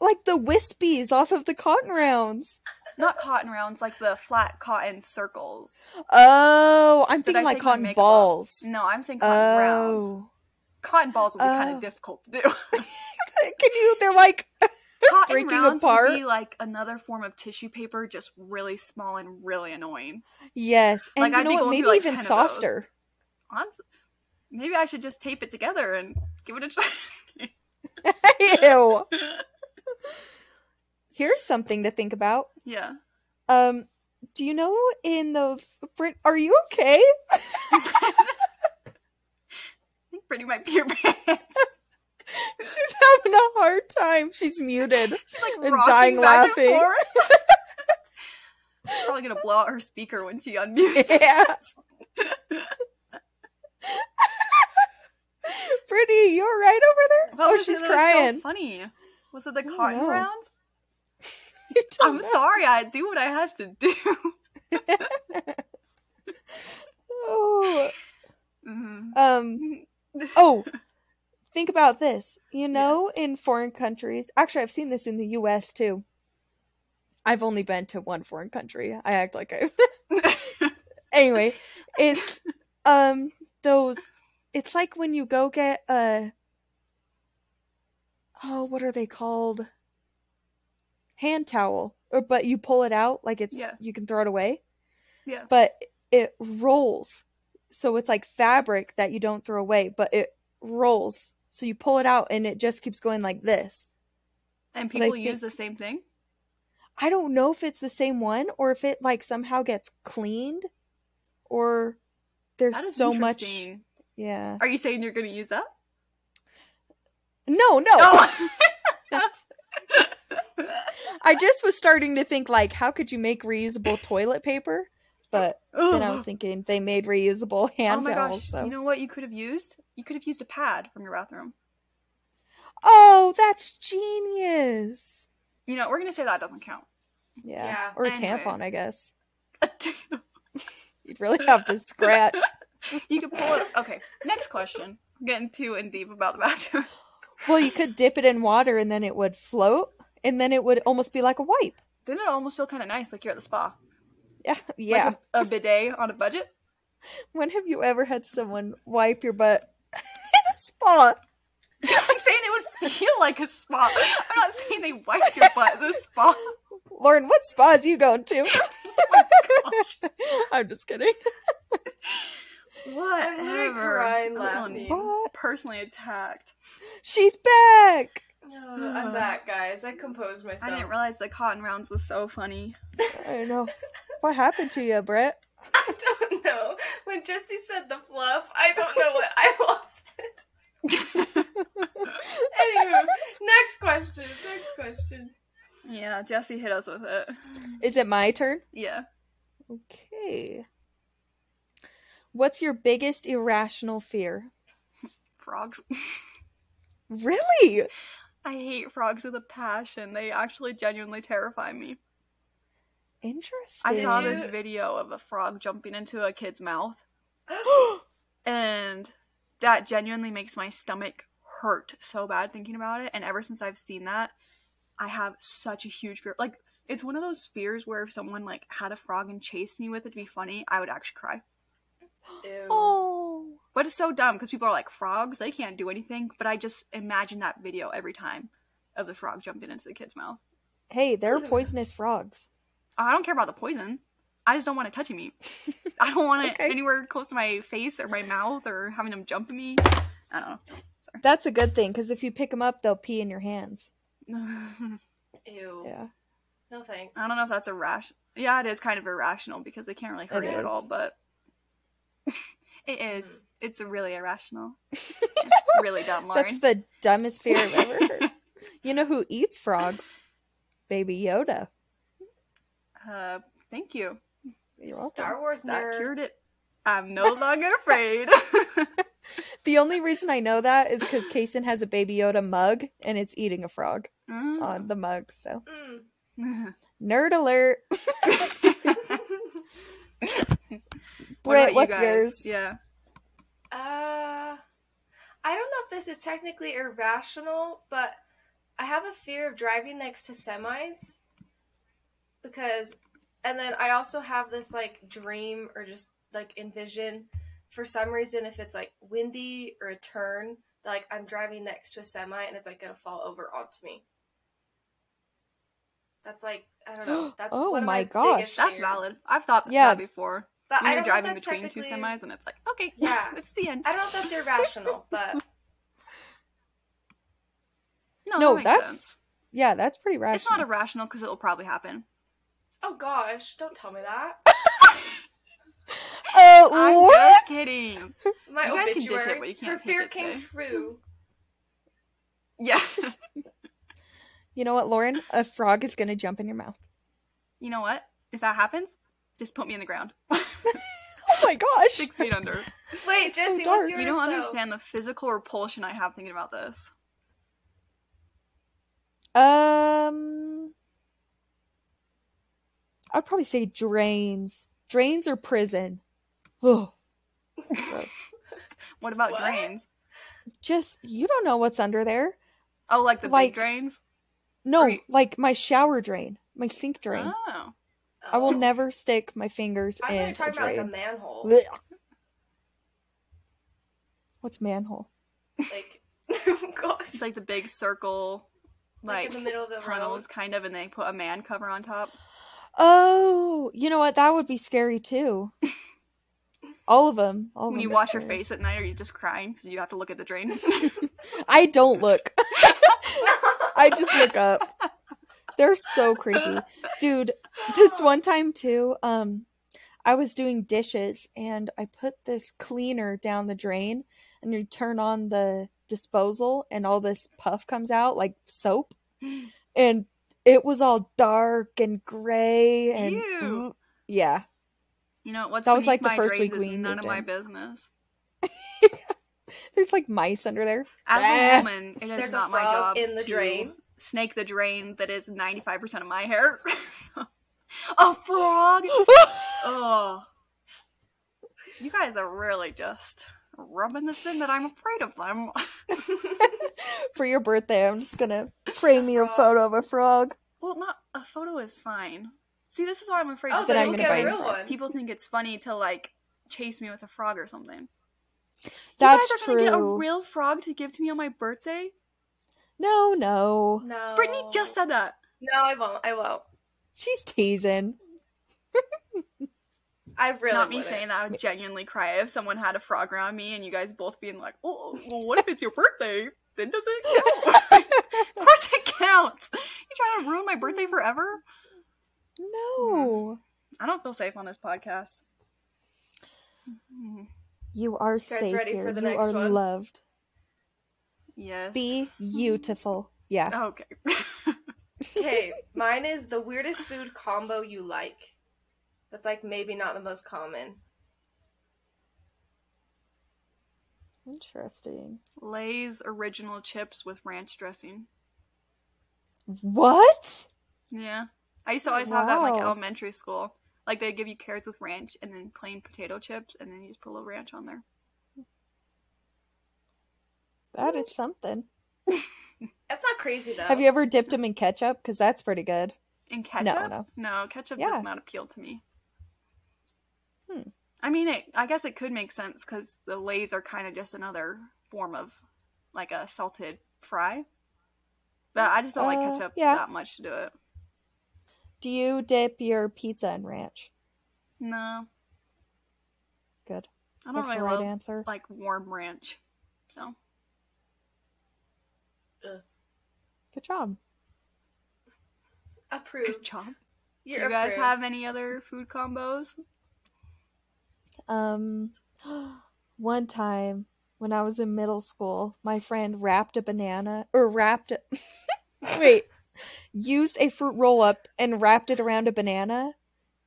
S3: like the wispies off of the cotton rounds.
S2: Not cotton rounds, like the flat cotton circles.
S3: Oh, I'm
S2: Did I
S3: thinking like
S2: take my
S3: cotton
S2: makeup off? Mm,
S3: balls.
S2: No, I'm saying cotton rounds.
S3: Oh,
S2: Cotton balls would be kind
S3: Oh.
S2: of difficult to do.
S3: [laughs] can you? They're like
S2: cotton
S3: breaking
S2: rounds
S3: apart.
S2: would be like another form of tissue paper, just really small and really annoying.
S3: Yes, and
S2: Like,
S3: you
S2: I'd
S3: know
S2: be
S3: what?
S2: going
S3: Maybe
S2: through, like, 10
S3: even
S2: of those.
S3: softer. [laughs]
S2: Honestly, maybe I should just tape it together and give it a try. [laughs] Just kidding.
S3: Ew.
S2: [laughs]
S3: Here's something to think about.
S2: yeah.
S3: Um, do you know in those? Brit, are you okay? [laughs]
S2: I think Brittany might pee her [laughs] pants.
S3: She's having a hard time.
S2: [laughs]
S3: She's muted.
S2: She's like
S3: And
S2: rocking
S3: dying
S2: back
S3: laughing.
S2: And
S3: [laughs]
S2: forth. [laughs] Probably gonna blow out her speaker when she unmutes. [laughs]
S3: Yeah. [laughs] Brittany, you all right over there?
S2: What
S3: oh,
S2: was it
S3: she's
S2: that was
S3: crying. [laughs]
S2: So funny. Was it the
S3: don't
S2: cotton
S3: know.
S2: rounds?
S3: You don't [laughs]
S2: I'm
S3: know.
S2: sorry. I do what I had to do. [laughs]
S3: Oh.
S2: Mhm.
S3: Um. Oh, think about this. You know, in foreign countries, actually, I've seen this in the U.S. too. I've only been to one foreign country. I act like I. anyway, it's um those. It's like when you go get a. Oh, what are they called? Hand towel, or but you pull it out like it's
S2: Yeah.
S3: you can throw it away,
S2: yeah.
S3: but it rolls, so it's like fabric that you don't throw away, but it rolls. So you pull it out and it just keeps going like this.
S2: [laughs] And
S3: But I
S2: people
S3: think-
S2: use the same thing.
S3: I don't know if it's the same one or if it like somehow gets cleaned or
S2: That
S3: there's
S2: is
S3: so much
S2: interesting.
S3: yeah.
S2: Are you saying you're going to use that? [laughs]
S3: Oh. No, no.
S2: No.
S3: [laughs] I just was starting to think like, how could you make reusable toilet paper? But
S2: [sighs]
S3: then I was thinking they made reusable hand
S2: oh my
S3: towels.
S2: gosh!
S3: so.
S2: You know what you could have used? You could have used a pad from your bathroom.
S3: oh, that's genius.
S2: You know, we're gonna say that doesn't count. [laughs]
S3: Yeah.
S1: Yeah,
S3: or a
S2: anyway.
S3: tampon, I guess. You'd really have to scratch.
S2: [laughs] you could pull it. Okay, next question. I'm getting too in deep about the bathroom. [laughs]
S3: well, you could dip it in water and then it would float and then it would almost be like a wipe. [laughs]
S2: Didn't it almost feel kind of nice, like you're at the spa?
S3: Yeah. Yeah.
S2: Like a, a bidet on a budget. [laughs]
S3: [laughs] when have you ever had someone wipe your butt [laughs] in a spa?
S2: I'm saying it would feel like a spa. I'm not saying they wiped your butt at the spa.
S3: Lauren, what spas you
S2: [laughs]
S3: going to?
S2: Oh
S3: [laughs] I'm just kidding.
S2: What?
S1: I'm literally crying laughing.
S3: What?
S2: Personally attacked.
S3: She's [laughs] back.
S1: Oh, I'm back, guys. I composed myself.
S2: I didn't realize the cotton rounds was so funny.
S3: I don't know. What happened to you, Brett?
S1: I don't know. When Jesse said the fluff, I don't know what I lost it. Anywho, next question. Next question.
S2: yeah, Jesse hit us with it.
S3: Is it my turn?
S2: Yeah.
S3: Okay. What's your biggest irrational fear?
S2: Frogs.
S3: Really?
S2: I hate frogs with a passion. They actually genuinely terrify me.
S3: Interesting.
S2: I saw
S1: Did
S2: this
S1: you-
S2: video of a frog jumping into a kid's mouth, and that genuinely makes my stomach hurt so bad thinking about it. And ever since I've seen that, I have such a huge fear. Like, it's one of those fears where if someone like had a frog and chased me with it to be funny, I would actually cry.
S1: Ew.
S3: [gasps] Oh.
S2: But it's so dumb because people are like frogs, they can't do anything. But I just imagine that video every time of the frog jumping into the kid's mouth.
S3: Hey, they're
S1: Ooh.
S3: poisonous frogs.
S2: I don't care about the poison. I just don't want it touching
S3: [laughs]
S2: me. I don't want it
S3: Okay.
S2: anywhere close to my face or my mouth or having them jump at me. I don't know.
S3: That's a good thing because if you pick them up, they'll pee in your hands.
S2: [sighs] I
S1: Ew.
S3: Yeah.
S1: No thanks.
S2: don't know if that's irrational. Yeah, it is kind of irrational because they can't really hurt
S3: It
S2: you at all,
S3: is.
S2: but [laughs] it is. It's really irrational.
S3: [laughs]
S2: It's really dumb, Lauren.
S3: That's the dumbest fear I've ever
S2: [laughs]
S3: heard. you know who eats frogs? Baby Yoda.
S2: uh, thank you.
S3: You're welcome.
S1: Star Wars
S2: That
S1: nerd.
S2: cured it. I'm no
S3: [laughs]
S2: longer afraid.
S3: The only reason I know that is because Kason has a Baby Yoda mug and it's eating a frog
S2: [laughs]
S3: [laughs] on
S2: Mm.
S3: the mug. So,
S1: Mm.
S3: nerd alert.
S2: Oh, What about
S3: Britt,
S2: you
S3: what's
S2: guys?
S3: yours?
S2: Yeah.
S1: Uh, I don't know if this is technically irrational, but I have a fear of driving next to semis because, and then I also have this like dream or just like envision for some reason if it's like windy or a turn, like I'm driving next to a semi and it's like gonna fall over onto me. That's like I don't
S3: [gasps]
S1: know. That's
S3: Oh
S1: one of
S3: my
S1: my
S3: gosh.
S1: biggest
S2: That's
S1: fears.
S2: valid. I've thought
S3: Yeah.
S2: that before.
S1: But
S2: when
S1: I
S2: you're
S1: don't
S2: driving
S1: know if that's
S2: between two
S1: technically-
S2: semis and it's like, okay, [laughs] yeah,
S1: Yeah.
S2: this is the end.
S1: I don't know if that's irrational,
S2: [laughs]
S1: but
S2: No,
S3: No,
S2: that makes
S3: that's
S2: sense.
S3: yeah, that's pretty rational.
S2: It's not irrational because it'll probably happen.
S1: oh gosh, don't tell me that.
S3: Uh,
S2: I'm
S3: what?
S2: just kidding. [laughs]
S1: My
S2: You guys can dish it,
S1: obituary.
S2: but you can't
S1: Her
S2: take
S1: fear
S2: it
S1: came
S2: today. [laughs]
S1: true.
S2: Yeah. [laughs]
S3: You know what, Lauren? A frog is gonna jump in your mouth.
S2: you know what? If that happens, just put me in the ground.
S3: Oh my
S2: [laughs]
S3: gosh!
S2: Six
S1: [laughs]
S2: feet under.
S1: Wait,
S3: so
S1: Jesse,
S3: dark.
S1: what's
S3: You
S1: yours?
S2: You don't
S1: though?
S2: understand the physical repulsion I have thinking about
S3: [laughs]
S2: this.
S3: Um, I'd probably say drains, drains or prison. Ugh. Gross.
S2: What about
S1: What?
S2: drains?
S3: Just you don't know what's under there.
S2: Oh, like the
S3: Like-
S2: big drains?
S3: No,
S2: Right.
S3: like my shower drain, my sink drain.
S2: Oh.
S1: Oh.
S3: I will never stick my fingers
S1: I thought you
S3: in
S1: were
S3: a
S1: talking about like a
S3: drain.
S1: manhole.
S3: Blech. What's manhole?
S1: like, [laughs] gosh,
S2: It's like the big circle,
S1: like,
S2: like,
S1: in the middle of the [laughs]
S2: tunnels, kind of, and they put a man cover on top.
S3: Oh, you know what? That would be
S1: [laughs]
S3: scary too. All of them. All of
S2: when
S3: them
S2: you
S3: are
S2: wash your
S3: scary.
S2: face at night, are you just crying because you have to look at the
S3: [laughs]
S2: drains?
S3: I don't look.
S1: road.
S3: I just look up. They're so creepy. Dude, this one time too, um I was doing dishes and I put this cleaner down the drain and you turn on the disposal and all this puff comes out like soap and it was all dark and gray and
S2: Ew.
S3: [sniffs] yeah.
S2: You know what's
S3: That was,
S2: beneath
S3: like, the
S2: my
S3: first
S2: grades
S3: week
S2: is
S3: we
S2: none
S3: moved
S2: of my
S3: in.
S2: business.
S3: There's like mice under there. [laughs]
S2: As
S3: Ah.
S2: a woman, it is
S1: There's a
S2: not my
S1: frog
S2: job
S1: in the
S2: to
S1: drain.
S2: snake the drain that is 95% of my hair. [laughs] So- a frog. Oh, you guys are really just rubbing this in that I'm afraid of them.
S1: [laughs]
S3: For your birthday, I'm just gonna frame you a
S1: Frog.
S3: photo of a frog.
S2: Well, not a photo is fine. See, this is why I'm afraid.
S1: Oh,
S2: of
S1: so
S3: Then I'm
S1: you'll
S3: gonna
S1: get
S3: buy
S1: a
S3: you
S1: real
S3: some.
S1: one.
S2: People think it's funny to like chase me with a frog or something.
S3: That's
S2: you guys are
S3: true.
S2: Gonna get a real frog to give to me on my birthday.
S3: no, no.
S1: No.
S2: Brittany just said that.
S1: No, I won't. I won't.
S3: She's
S2: [laughs]
S3: teasing. [laughs]
S1: I really
S2: Not me
S1: wouldn't.
S2: saying that. I would genuinely cry if someone had a frog around me and you guys both being like, "Oh, well, what if it's your birthday? Then does
S3: [laughs]
S2: it? count?" of course it counts. You trying to ruin my birthday
S3: Mm.
S2: forever?
S3: No.
S2: I don't feel safe on this podcast. Mhm.
S3: You are
S1: guys
S3: safe
S1: ready
S3: here.
S1: for the
S3: you
S1: next
S3: are
S1: one?
S3: loved.
S1: [laughs]
S2: Yes.
S3: Be beautiful. Yeah.
S2: Okay. [laughs]
S1: Okay, mine is the weirdest food combo you like. That's like maybe not the most common.
S3: Interesting.
S2: Lay's original chips with ranch dressing.
S3: What?
S2: Yeah. I used to always have that in like
S3: Wow.
S2: elementary school. Like they'd give you carrots with ranch and then plain potato chips and then you just put a little ranch on there.
S3: That is something.
S1: That's not crazy though.
S3: Have you ever dipped them in ketchup? Because that's pretty good.
S2: And ketchup?
S3: no.
S2: ketchup
S3: Yeah.
S2: does not appeal to me.
S3: Hmm.
S2: I mean, it, I guess it could make sense because the Lay's are kind of just another form of like a salted fry. But I just don't like
S3: Uh,
S2: ketchup
S3: yeah.
S2: that much to do it.
S3: Do you dip your pizza in ranch?
S2: No.
S3: Good.
S2: I don't
S3: That's
S2: really
S3: the right
S2: love
S3: answer.
S2: like warm ranch. So
S3: Good job.
S2: good
S1: approved?
S2: job.
S1: You're
S2: Do you guys
S1: approved.
S2: have any other food combos?
S3: Um, [gasps] one time when I was in middle school, my friend wrapped a banana or wrapped. wait, used a fruit roll up and wrapped it around a banana,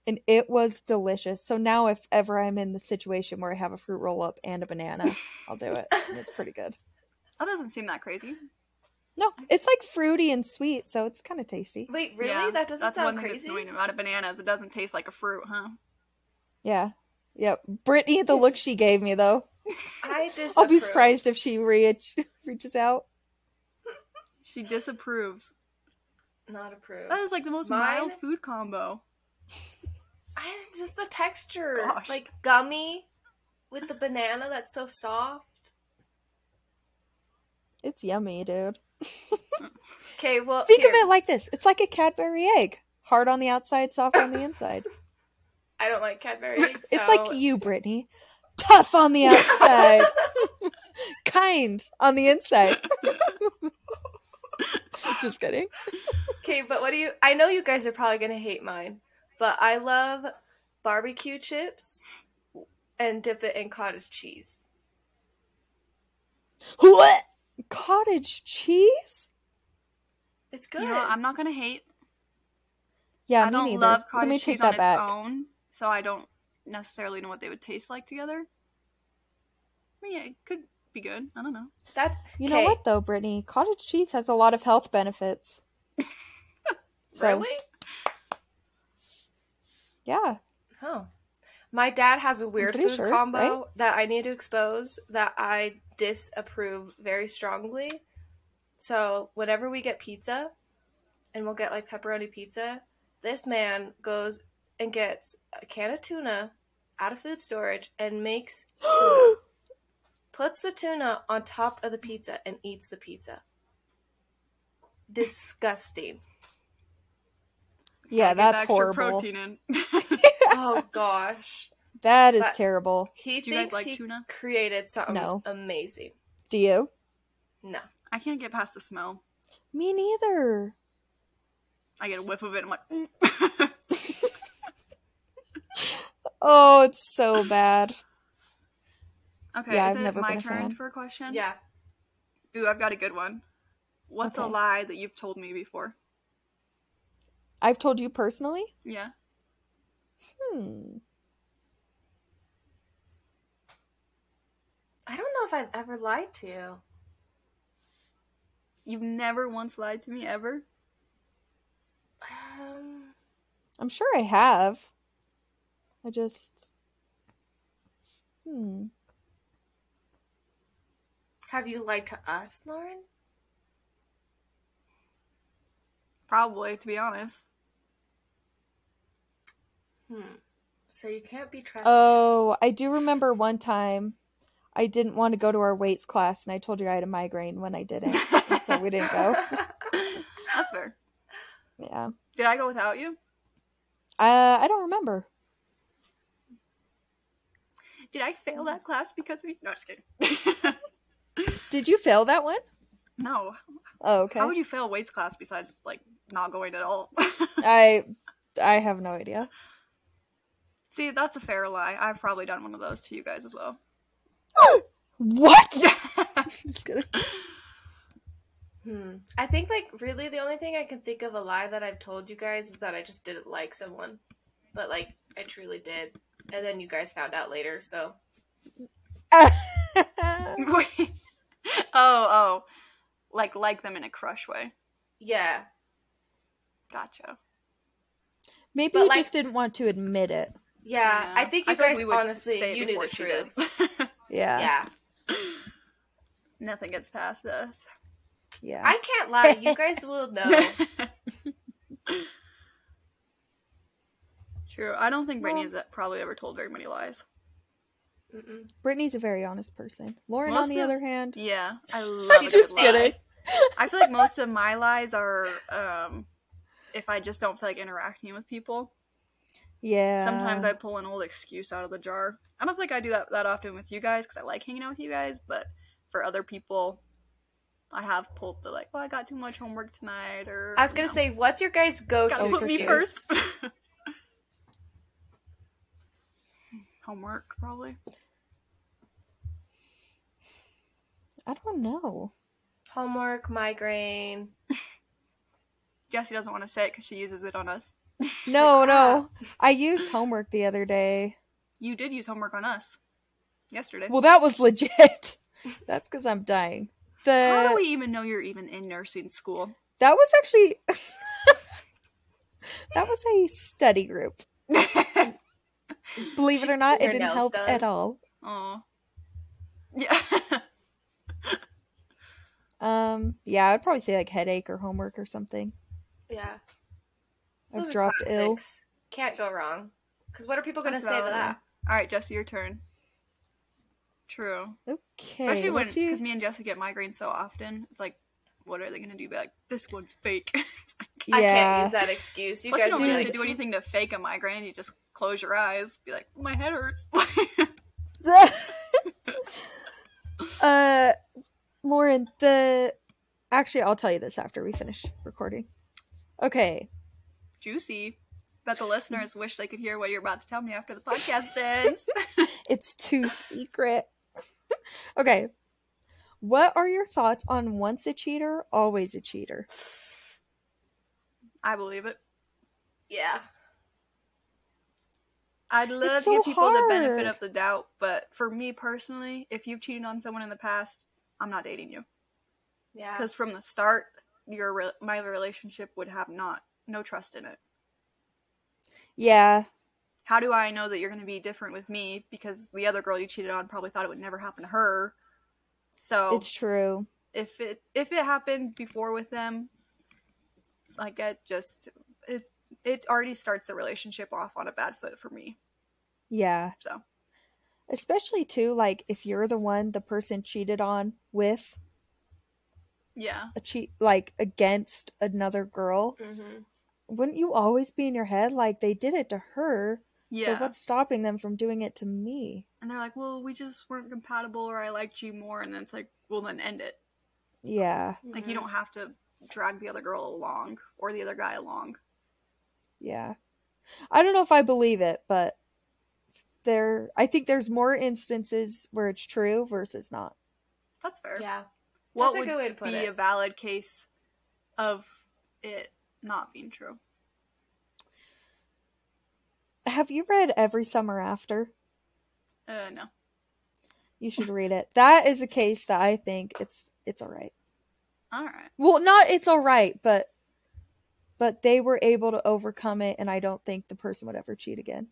S3: and it was delicious. So now, if ever I'm in the situation where I have a fruit roll up and a banana, I'll do it. and It's pretty good.
S2: That doesn't seem that crazy.
S3: No, it's like fruity and sweet, so it's kind of tasty.
S1: Wait, really?
S2: Yeah,
S1: that doesn't
S2: That's
S1: sound
S2: one thing that's
S1: crazy.
S2: annoying about a banana is it doesn't taste like a fruit, huh?
S3: Yeah. Yep. Brittany, the look she gave me though.
S1: I disapprove.
S3: [laughs] I'll be surprised if she reach, [laughs] reaches out.
S2: She disapproves.
S1: Not approved.
S2: That is like the most
S1: Mine-
S2: mild food combo.
S1: I just the texture,
S2: Gosh.
S1: like gummy, with the banana that's so soft.
S3: It's yummy, dude.
S1: Okay, well
S3: Think of
S1: here.
S3: it like this: it's like a Cadbury egg, hard on the outside, soft on the inside.
S1: I don't like Cadbury. So...
S3: It's like you, Brittany, tough on
S2: [laughs]
S3: the outside, kind on the inside. Just kidding.
S1: Okay, but what do you? I know you guys are probably gonna hate mine, but I love barbecue chips and dip it in cottage cheese.
S3: What? Cottage cheese?
S1: It's good.
S2: You know, I'm not gonna hate.
S3: Yeah,
S2: I
S3: me
S2: don't
S3: neither.
S2: love
S3: Let
S2: cottage
S3: me
S2: cheese
S3: take
S2: on
S3: that
S2: its
S3: back.
S2: own, so I don't necessarily know what they would taste like together. I mean, yeah, it could be good. I don't know.
S1: That's
S3: You know
S1: Okay.
S3: what though, Brittany? Cottage cheese has a lot of health benefits. So-
S1: really.
S2: [gasps]
S3: Yeah.
S1: Oh. My dad has a weird
S3: pretty
S1: food
S3: sure,
S1: combo
S3: right?
S1: that I need to expose that I disapprove very strongly. So, whenever we get pizza and we'll get like pepperoni pizza, this man goes and gets a can of tuna out of food storage and makes puts the tuna on top of the pizza and eats the pizza. Disgusting.
S2: Get
S3: yeah,
S2: the
S3: that's
S2: extra
S3: horrible.
S2: Protein in.
S3: [laughs]
S1: oh gosh.
S3: That is
S1: But-
S3: terrible.
S1: He
S2: Do you guys
S1: thinks
S2: like
S1: he
S2: tuna?
S1: created something
S3: No.
S1: amazing.
S3: Do you?
S1: No.
S2: I can't get past the smell.
S3: Me neither.
S2: I get a whiff of it. and I'm like, mm. [laughs]
S3: Oh,
S2: [laughs]
S3: it's so bad.
S2: okay.
S3: Yeah,
S2: is
S3: I've
S2: it
S3: never
S2: my
S3: been a
S2: turn
S3: fan.
S2: for a question?
S1: Yeah.
S2: Ooh, I've got a good one. What's a
S3: Okay.
S2: lie that you've told me before?
S3: I've told you personally?
S2: Yeah.
S3: Hmm.
S1: I don't know if I've ever lied to you.
S2: You've never once lied to me ever?
S1: Um,
S3: I'm sure I have. I just. Hmm.
S1: have you lied to us, Lauren?
S2: Probably, to be honest.
S1: Hmm. So you can't be trusted. [laughs]
S3: Oh, I do remember one time I didn't want to go to our weights class and I told you I had a migraine when I didn't.
S2: [laughs]
S3: and [laughs] so we didn't go.
S2: That's fair.
S3: Yeah.
S2: Did I go without you?
S3: Uh, I don't remember.
S2: Did I fail that class because of you? No, just kidding. [laughs]
S3: Did you fail that one?
S2: no.
S3: Oh, okay.
S2: How would you fail weights class besides like not going at all? [laughs]
S3: I I have no idea.
S2: See, that's a fair lie. I've probably done one of those to you guys as well. [laughs]
S3: What? [laughs] Just kidding. [laughs]
S1: Hmm. I think like really the only thing I can think of a lie that I've told you guys is that I just didn't like someone, but like I truly did, and then you guys found out later. So
S2: Wait. Oh, oh. Like like them in a crush way.
S1: yeah,
S2: Gotcha.
S3: Maybe
S1: But,
S3: you
S1: like-
S3: just didn't want to admit it.
S1: yeah. I think you
S2: feel like
S1: guys
S2: we would say
S1: honestly
S2: it
S1: you knew
S2: before
S1: the
S2: she
S1: truth.
S2: does. [laughs]
S3: Yeah.
S1: [laughs] Yeah,
S2: Nothing gets past us.
S3: Yeah.
S1: I can't lie.
S3: [laughs]
S1: You guys will know.
S2: [laughs] True. I don't think Brittany
S3: Well-
S2: has probably ever told very many lies.
S1: Mm-mm.
S3: Brittany's a very honest person. Lauren,
S2: Most
S3: on the
S2: of-
S3: other
S2: [laughs]
S3: hand,
S2: Yeah, I love. a
S3: just
S2: good lie.
S3: kidding.
S2: I feel like most of my lies are um, if I just don't feel like interacting with people.
S3: Yeah.
S2: Sometimes I pull an old excuse out of the jar. I don't feel like I do that that often with you guys because I like hanging out with you guys, but for other people, I have pulled the like, well, I got too much homework tonight, or
S1: I was
S2: you
S1: gonna
S2: know,
S1: say, what's your guys' go-to?
S2: gotta
S3: Oh,
S2: put
S3: for
S2: me
S1: excuse?
S3: sure.
S2: first. [laughs] homework probably.
S3: I don't know.
S1: Homework, migraine.
S2: Jessie doesn't want to say it because she uses it on us. She's
S3: no,
S2: like,
S3: no. I used homework the other day.
S2: You did use homework on us yesterday.
S3: Well, that was legit. [laughs] That's because I'm dying.
S2: How do
S3: The
S2: we even know you're even in nursing
S3: [laughs]
S2: school?
S3: that was actually that was a study group. Believe it or not,
S1: Your
S3: it didn't
S1: nails
S3: help
S1: done.
S3: at all.
S2: Oh, yeah. [laughs]
S3: Um, yeah, I'd probably say like headache or homework or something.
S1: Yeah,
S3: I've
S1: those are
S3: dropped ill.
S1: classics. Can't go wrong. Because what are people gonna
S2: That's
S1: say to
S2: valid.
S1: that?
S2: All right, Jesse, your turn. True.
S3: Okay,
S2: Especially when
S3: let's use-
S2: because me and Jesse get migraines so often. It's like, what are they gonna do? Be like, this one's fake. [laughs] It's like-
S1: I
S3: Yeah.
S1: can't use that excuse. You
S2: Plus, you
S1: guys
S2: don't
S1: would be
S2: really
S1: like,
S2: have to do anything to fake a migraine. You just close your eyes, be like, my head hurts. [laughs]
S3: [laughs] uh, Lauren, the actually, I'll tell you this after we finish recording. Okay,
S2: Juicy. Bet the listeners wish they could hear what you're about to tell me after the podcast ends.
S3: it's too secret. [laughs] okay, what are your thoughts on once a cheater, always a cheater?
S2: I believe it.
S1: yeah.
S2: I'd love
S3: so
S2: to give people the benefit
S3: hard.
S2: of the doubt, but for me personally, if you've cheated on someone in the past, I'm not dating you
S1: Yeah.
S2: because from the start, your re- my relationship would have not no trust in it.
S3: Yeah,
S2: How do I know that you're going to be different with me because the other girl you cheated on probably thought it would never happen to her? So
S3: it's true.
S2: if it if it happened before with them, like it just it it already starts the relationship off on a bad foot for me.
S3: Yeah,
S2: So
S3: especially too, like if you're the one the person cheated on with
S2: yeah,
S3: a cheat, like against another girl.
S1: Mm-hmm.
S3: wouldn't you always be in your head like they did it to her
S2: yeah.
S3: so what's stopping them from doing it to me
S2: and they're like, "Well, we just weren't compatible, or I liked you more," and then it's like, "Well, then end it."
S3: yeah
S2: Like
S1: Mm-hmm.
S2: you don't have to drag the other girl along or the other guy along.
S3: yeah i don't know if i believe it but there i think there's more instances where it's true versus not
S2: That's fair.
S1: Yeah.
S2: What
S1: That's a
S2: would
S1: good way to put
S2: be
S1: it.
S2: a valid case of it not being true?
S3: Have you read Every Summer After?
S2: Uh, no.
S3: You should read it. That is a case that I think it's it's all right.
S2: All right.
S3: Well, not it's all right, but but they were able to overcome it, and I don't think the person would ever cheat again.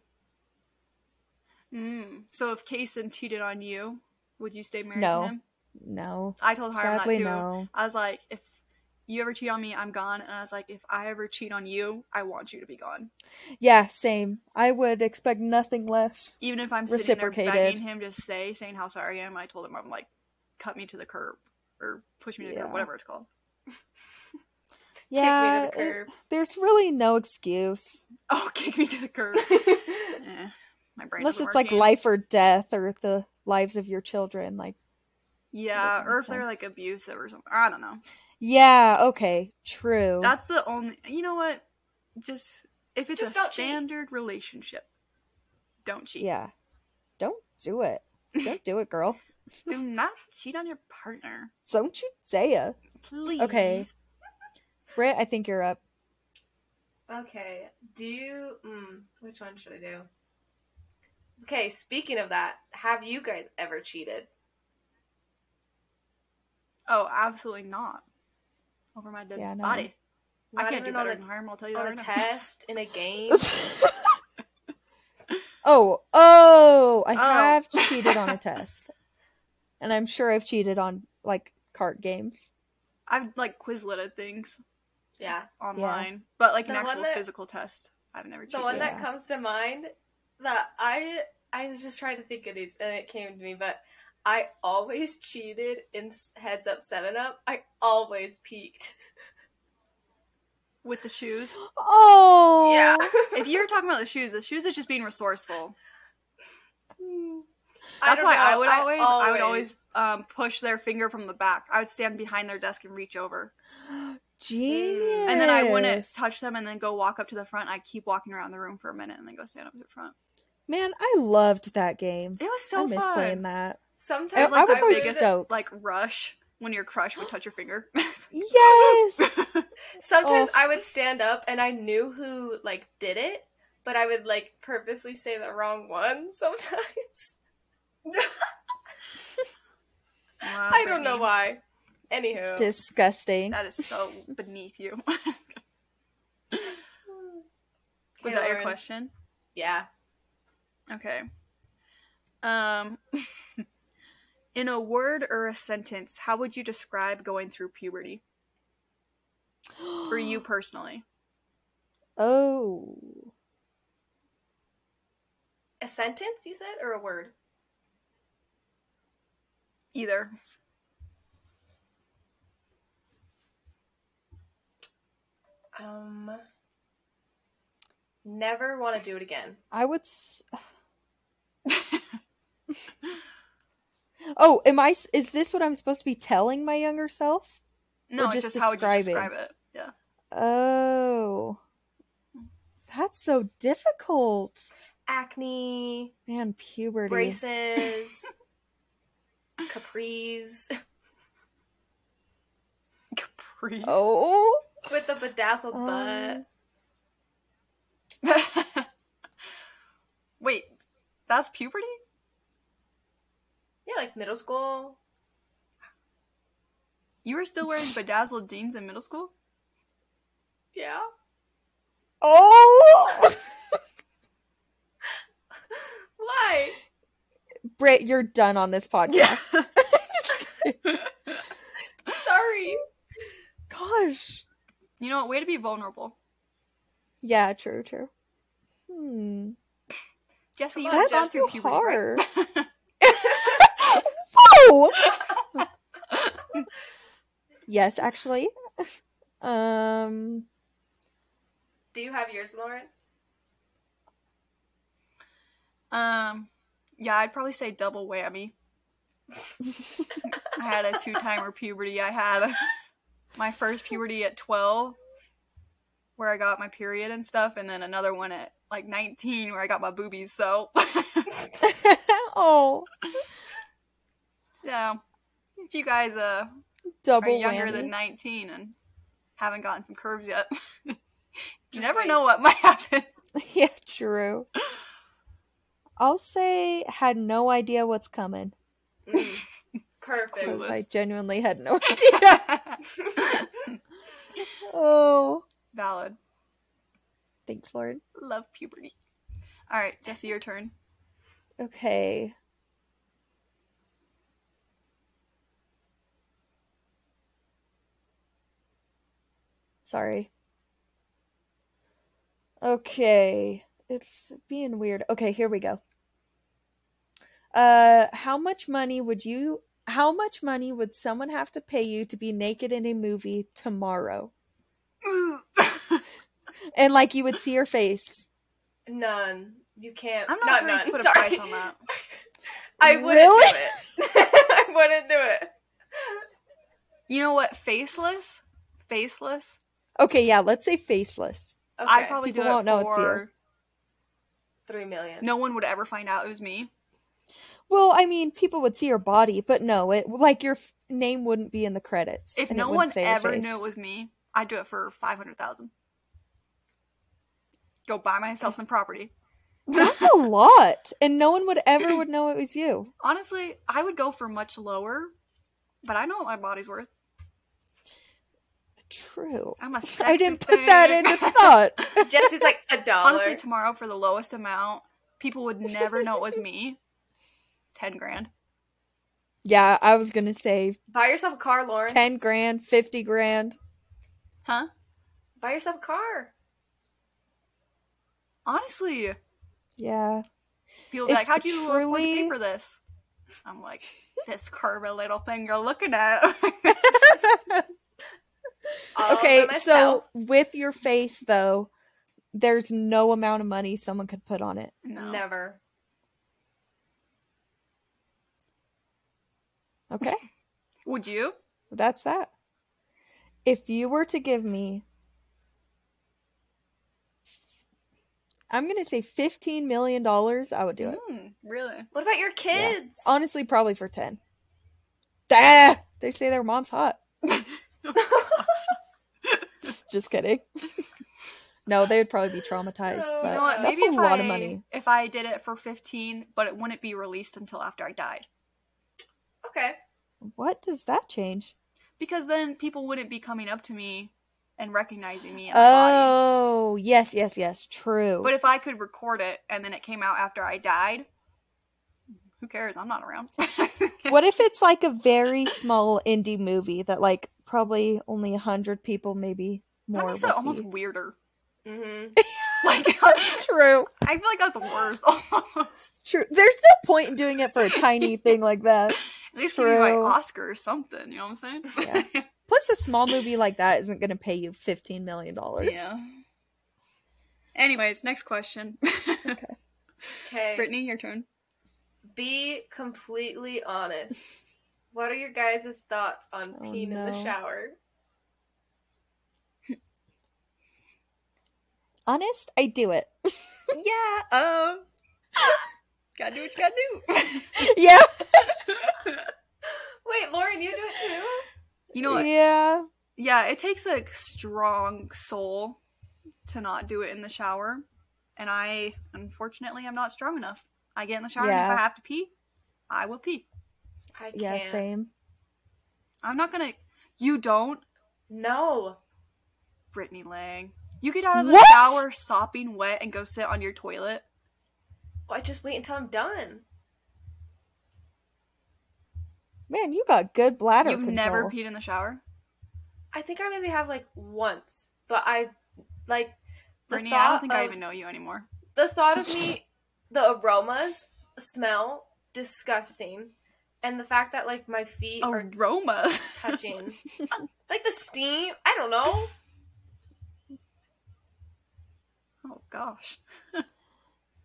S2: Mm. So if Kason cheated on you, would you stay married
S3: No.
S2: to him?
S3: No,
S2: I told Hiram
S3: sadly,
S2: that too.
S3: no.
S2: I was like, if you ever cheat on me, I'm gone. And I was like, if I ever cheat on you, I want you to be gone.
S3: Yeah, same. I would expect nothing less.
S2: Even if I'm sitting there
S3: Reciprocated.
S2: begging him to stay, saying how sorry I am, I told him I'm like, cut me to the curb or push me to the
S3: Yeah.
S2: curb, whatever it's called. [laughs]
S3: Yeah,
S1: Kick
S3: it-
S1: me to
S3: there's really no excuse
S2: Oh, kick me to the
S3: [laughs]
S2: curb.
S1: the curb.
S2: Eh, my brain
S3: unless
S2: doesn't work
S3: it's like
S2: anymore.
S3: life or death or the lives of your children. Like,
S2: Yeah,
S3: doesn't
S2: or
S3: make
S2: if they're
S3: sense.
S2: like abusive or something. I don't know.
S3: yeah, okay, true.
S2: That's the only. You know what? Just if it's
S1: Just
S2: a
S1: don't cheat.
S2: standard relationship, don't cheat.
S3: yeah, don't
S2: [laughs]
S3: do it. Don't do it, girl.
S2: Do not cheat on your partner,
S3: Don't you dare.
S2: please.
S3: Okay. Britt, I think you're
S2: [laughs]
S3: up.
S1: Okay. Do you? Mm, which one should I do? Okay. Speaking of that, have you guys ever cheated?
S2: Oh, absolutely not. Over my dead
S3: Yeah, no.
S2: body. I
S1: Not
S2: can't do
S1: even on
S2: better
S1: a,
S2: than harm. I'll tell you that
S1: on a
S2: right now.
S1: test
S2: [laughs]
S1: in a game.
S3: oh, oh, I
S2: Oh.
S3: have cheated on a test. And I'm sure I've cheated on like cart games.
S2: I've like Quizlet things
S1: yeah.
S2: online, but like an
S1: The one
S2: actual
S1: that-
S2: physical test, I've never cheated.
S1: The one that
S3: Yeah.
S1: comes to mind that I I was just trying to think of these and it came to me, but I always cheated in s- heads up, seven up. I always peaked. [laughs]
S2: with the shoes.
S3: Oh.
S2: [laughs] if you're talking about the shoes, the shoes is just being resourceful.
S1: I
S2: That's
S1: don't
S2: why
S1: know,
S2: I would always, I would always um, push their finger from the back. I would stand behind their desk and reach over,
S3: [gasps] Genius.
S2: and then I wouldn't touch them, and then go walk up to the front. I'd keep walking around the room for a minute, and then go stand up to the front.
S3: Man, I loved that game.
S2: It was
S3: I
S2: so
S3: miss
S2: fun.
S3: playing that. I,
S1: sometimes
S2: was, like,
S3: I was
S2: my
S1: the
S3: always
S1: biggest-
S2: [laughs]
S3: stoked.
S2: Like rush when your crush would touch your finger. [laughs]
S3: [gasps] yes.
S1: Sometimes
S3: Oh.
S1: I would stand up and I knew who like did it, but I would like purposely say the wrong one [laughs] sometimes.
S2: Wow,
S1: I don't know
S2: [laughs] Brittany.
S1: why. Anywho. [sighs]
S3: Disgusting.
S2: That is so beneath [laughs] you. Was
S1: Okay,
S2: that your
S1: Lauren.
S2: question?
S1: Yeah.
S2: Okay. Um, [laughs] in a word or a sentence, how would you describe going through puberty for [gasps] you personally?
S3: [gasps] Oh.
S1: A sentence you said or a word?
S2: Either.
S1: Um never want to do it again.
S3: I
S2: [laughs]
S3: would s- Oh, am I s- is this what I'm supposed to be telling my younger self?
S2: No, it's
S3: just
S2: just how would you
S3: describing.
S2: describe it? [laughs] Yeah.
S3: Oh. That's so difficult.
S1: Acne,
S3: Man, puberty.
S2: [laughs]
S1: braces, capris [laughs]
S2: Capri.
S3: Oh.
S1: with the
S2: Oh,
S1: bedazzled
S3: Um,
S1: butt.
S2: [laughs] Wait, that's puberty?
S1: Yeah, like middle school.
S2: You were still [laughs] wearing bedazzled jeans in middle school?
S1: Yeah.
S3: Oh. [laughs]
S1: Why?
S3: Britt, you're done on this podcast.
S1: Sorry.
S3: Gosh.
S2: [laughs] you know what? Way to be vulnerable.
S3: Yeah, true, true. Hmm.
S2: Jesse,
S1: Come
S2: you
S1: on,
S2: have
S1: That's
S2: gone through
S3: so
S2: puberty. right?
S3: hard.
S2: [laughs]
S3: Whoa. yes, actually. Um [laughs]
S1: Do you have yours,
S2: [laughs]
S1: Lauren?
S2: Um, yeah, I'd probably say double whammy. I had a two timer puberty. I had my first puberty at 12, where I got my period and stuff, and then another one at like 19, where I got my boobies. So, [laughs]
S3: Oh,
S2: so if you guys uh, are
S3: double
S2: younger
S3: whammy.
S2: than 19 and haven't gotten some curves yet, [laughs] you
S1: Just
S2: never
S1: wait.
S2: know what might happen.
S3: [laughs] yeah, true. I'll say had no idea what's coming
S1: Mm. Perfect.
S3: because I
S2: Clueless.
S3: genuinely had no [laughs] idea. oh,
S2: Valid.
S3: thanks, Lord.
S2: Love puberty. All right, Jesse, your turn.
S3: Okay. Sorry. Okay. It's being weird. Okay, here we go. Uh, how much money would you how much money would someone have to pay you to be naked in a movie tomorrow? And like you would see your face.
S1: None. You can't.
S2: I'm
S1: not
S2: not, going
S1: none.
S2: to put a
S1: sorry.
S2: price on that.
S1: [laughs] I wouldn't
S3: Really?
S1: do it. [laughs] I wouldn't do it.
S2: You know what? Faceless, faceless.
S3: Okay, yeah, let's say faceless.
S1: Okay.
S2: I'd probably
S3: People
S2: do
S3: won't
S2: it
S3: know
S2: for
S3: it's
S1: three million.
S2: no one would ever find out it was me.
S3: Well, I mean, people would see your body, but no, it like your f- name wouldn't be in the credits.
S2: If
S3: and it
S2: no
S3: wouldn't
S2: one
S3: say your
S2: ever
S3: face.
S2: knew it was me, I'd do it for five hundred thousand. Go buy myself some property.
S3: [laughs] that's a lot, and no one would ever would know it was you.
S2: [laughs] Honestly, I would go for much lower, but I know what my body's worth.
S3: True. [laughs]
S2: I'm a sexy
S3: I didn't put that
S2: thing. [laughs]
S3: into thought.
S1: Jesse's like a dollar.
S2: Honestly, tomorrow for the lowest amount, people would never know it was me.
S3: [laughs]
S2: Ten grand.
S3: yeah, I was gonna say
S1: Buy yourself a car, Lauren.
S3: ten grand, fifty grand.
S2: Huh?
S1: Buy yourself a car.
S2: Honestly. [laughs]
S3: Yeah,
S2: People be
S3: If
S2: like, how'd you afford to pay
S3: truly-
S2: for this? I'm like, this curvy little thing you're looking at. [laughs] Um,
S1: All
S3: okay.
S1: by myself.
S3: So with your face though, there's no amount of money someone could put on it.
S2: no.
S1: never.
S3: Okay.
S2: Would you?
S3: That's that. If you were to give me, I'm going to say $15 million, I would do it.
S2: Mm,
S3: [laughs]
S2: really?
S1: What about your kids?
S3: Honestly, probably for 10. Dah! They say their mom's hot. [laughs] Just kidding. [laughs] no, they would probably be traumatized,
S1: Oh,
S3: but
S2: You know what?
S3: that's
S2: Maybe
S3: a
S2: if I,
S3: lot of money.
S2: If I did it for 15, but it wouldn't be released until after I died.
S1: Okay.
S3: What does that change?
S2: Because then people wouldn't be coming up to me and recognizing me in my body.
S3: Oh, yes, yes, yes. True.
S2: But if I could record it and then it came out after I died, who cares? I'm not around. [laughs]
S3: what if it's like a very small indie movie that, like, probably only 100 people, maybe more
S2: that makes
S3: will
S2: it almost
S3: see?
S2: weirder. [laughs]
S1: hmm
S2: Like, [laughs]
S3: True.
S2: I feel like that's worse [laughs] almost.
S3: True. There's no point in doing it for a tiny thing like that.
S2: At least give me like
S3: True.
S2: Oscar or something, you know what I'm saying? [laughs] Yeah.
S3: Plus, a small movie like that isn't going to pay you $15 million. Yeah.
S2: Anyways, next question. [laughs]
S1: Okay.
S2: Brittany, your
S3: [laughs]
S2: turn.
S1: Be completely honest. What are your guys' thoughts on
S3: Oh,
S1: peeing in the
S3: no.
S1: shower?
S3: Honest, I do it. [laughs]
S2: Yeah, um [gasps] Gotta do [laughs] what you gotta
S3: yeah.
S2: do.
S1: Wait, Lauren, you do it
S2: you know what?
S3: Yeah.
S2: Yeah, it takes a strong soul to not do it in the shower. And I unfortunately am not strong enough. I get in the shower and
S3: Yeah.
S2: if I have to pee, I will pee.
S1: too? I can't.
S3: Yeah, same.
S2: I'm not gonna you don't
S1: No.
S2: Brittany Lang. You get out of the
S3: What?
S2: shower sopping wet and go sit on your toilet.
S1: I just wait until I'm done.
S3: Man, you got good bladder
S2: You've
S3: control.
S2: never peed in the shower.
S1: I think I maybe have like once, but I like the
S2: Brittany,
S1: thought
S2: I don't think I
S1: of-
S2: even know you anymore.
S1: the thought of me, the aromas, smell, disgusting, and the fact that like my feet
S3: Oh,
S1: are
S2: Aromas. [laughs]
S3: [laughs]
S1: touching, like the steam. I don't know.
S2: oh gosh.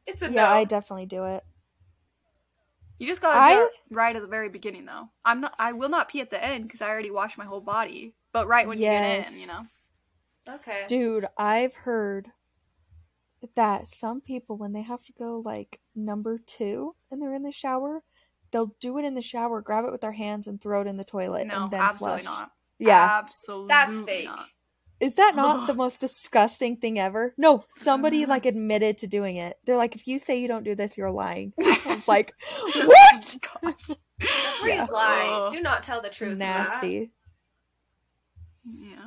S1: It's a
S3: yeah,
S1: no.
S3: I definitely do it.
S2: You just gotta
S3: I-
S2: do it right at the very beginning though. I'm not I will not pee at the end because I already washed my whole body. But right when you get in,
S3: Yes.
S2: you know.
S1: okay.
S3: Dude, I've heard that some people, when they have to go like number two and they're in the shower, they'll do it in the shower, grab it with their hands, and throw it in the toilet,
S2: No,
S3: and then
S2: absolutely
S3: flush.
S2: not.
S3: Yeah,
S2: Absolutely
S3: [laughs]
S1: That's fake.
S2: not.
S3: Is that not the most disgusting thing ever? No, somebody like admitted to doing it. They're like, if you say you don't do this, you're lying. I
S2: [laughs]
S3: was like, what?
S1: That's where
S3: Yeah.
S1: you lie.
S2: Oh.
S1: Do not tell the truth. Matt.
S3: Nasty.
S2: yeah.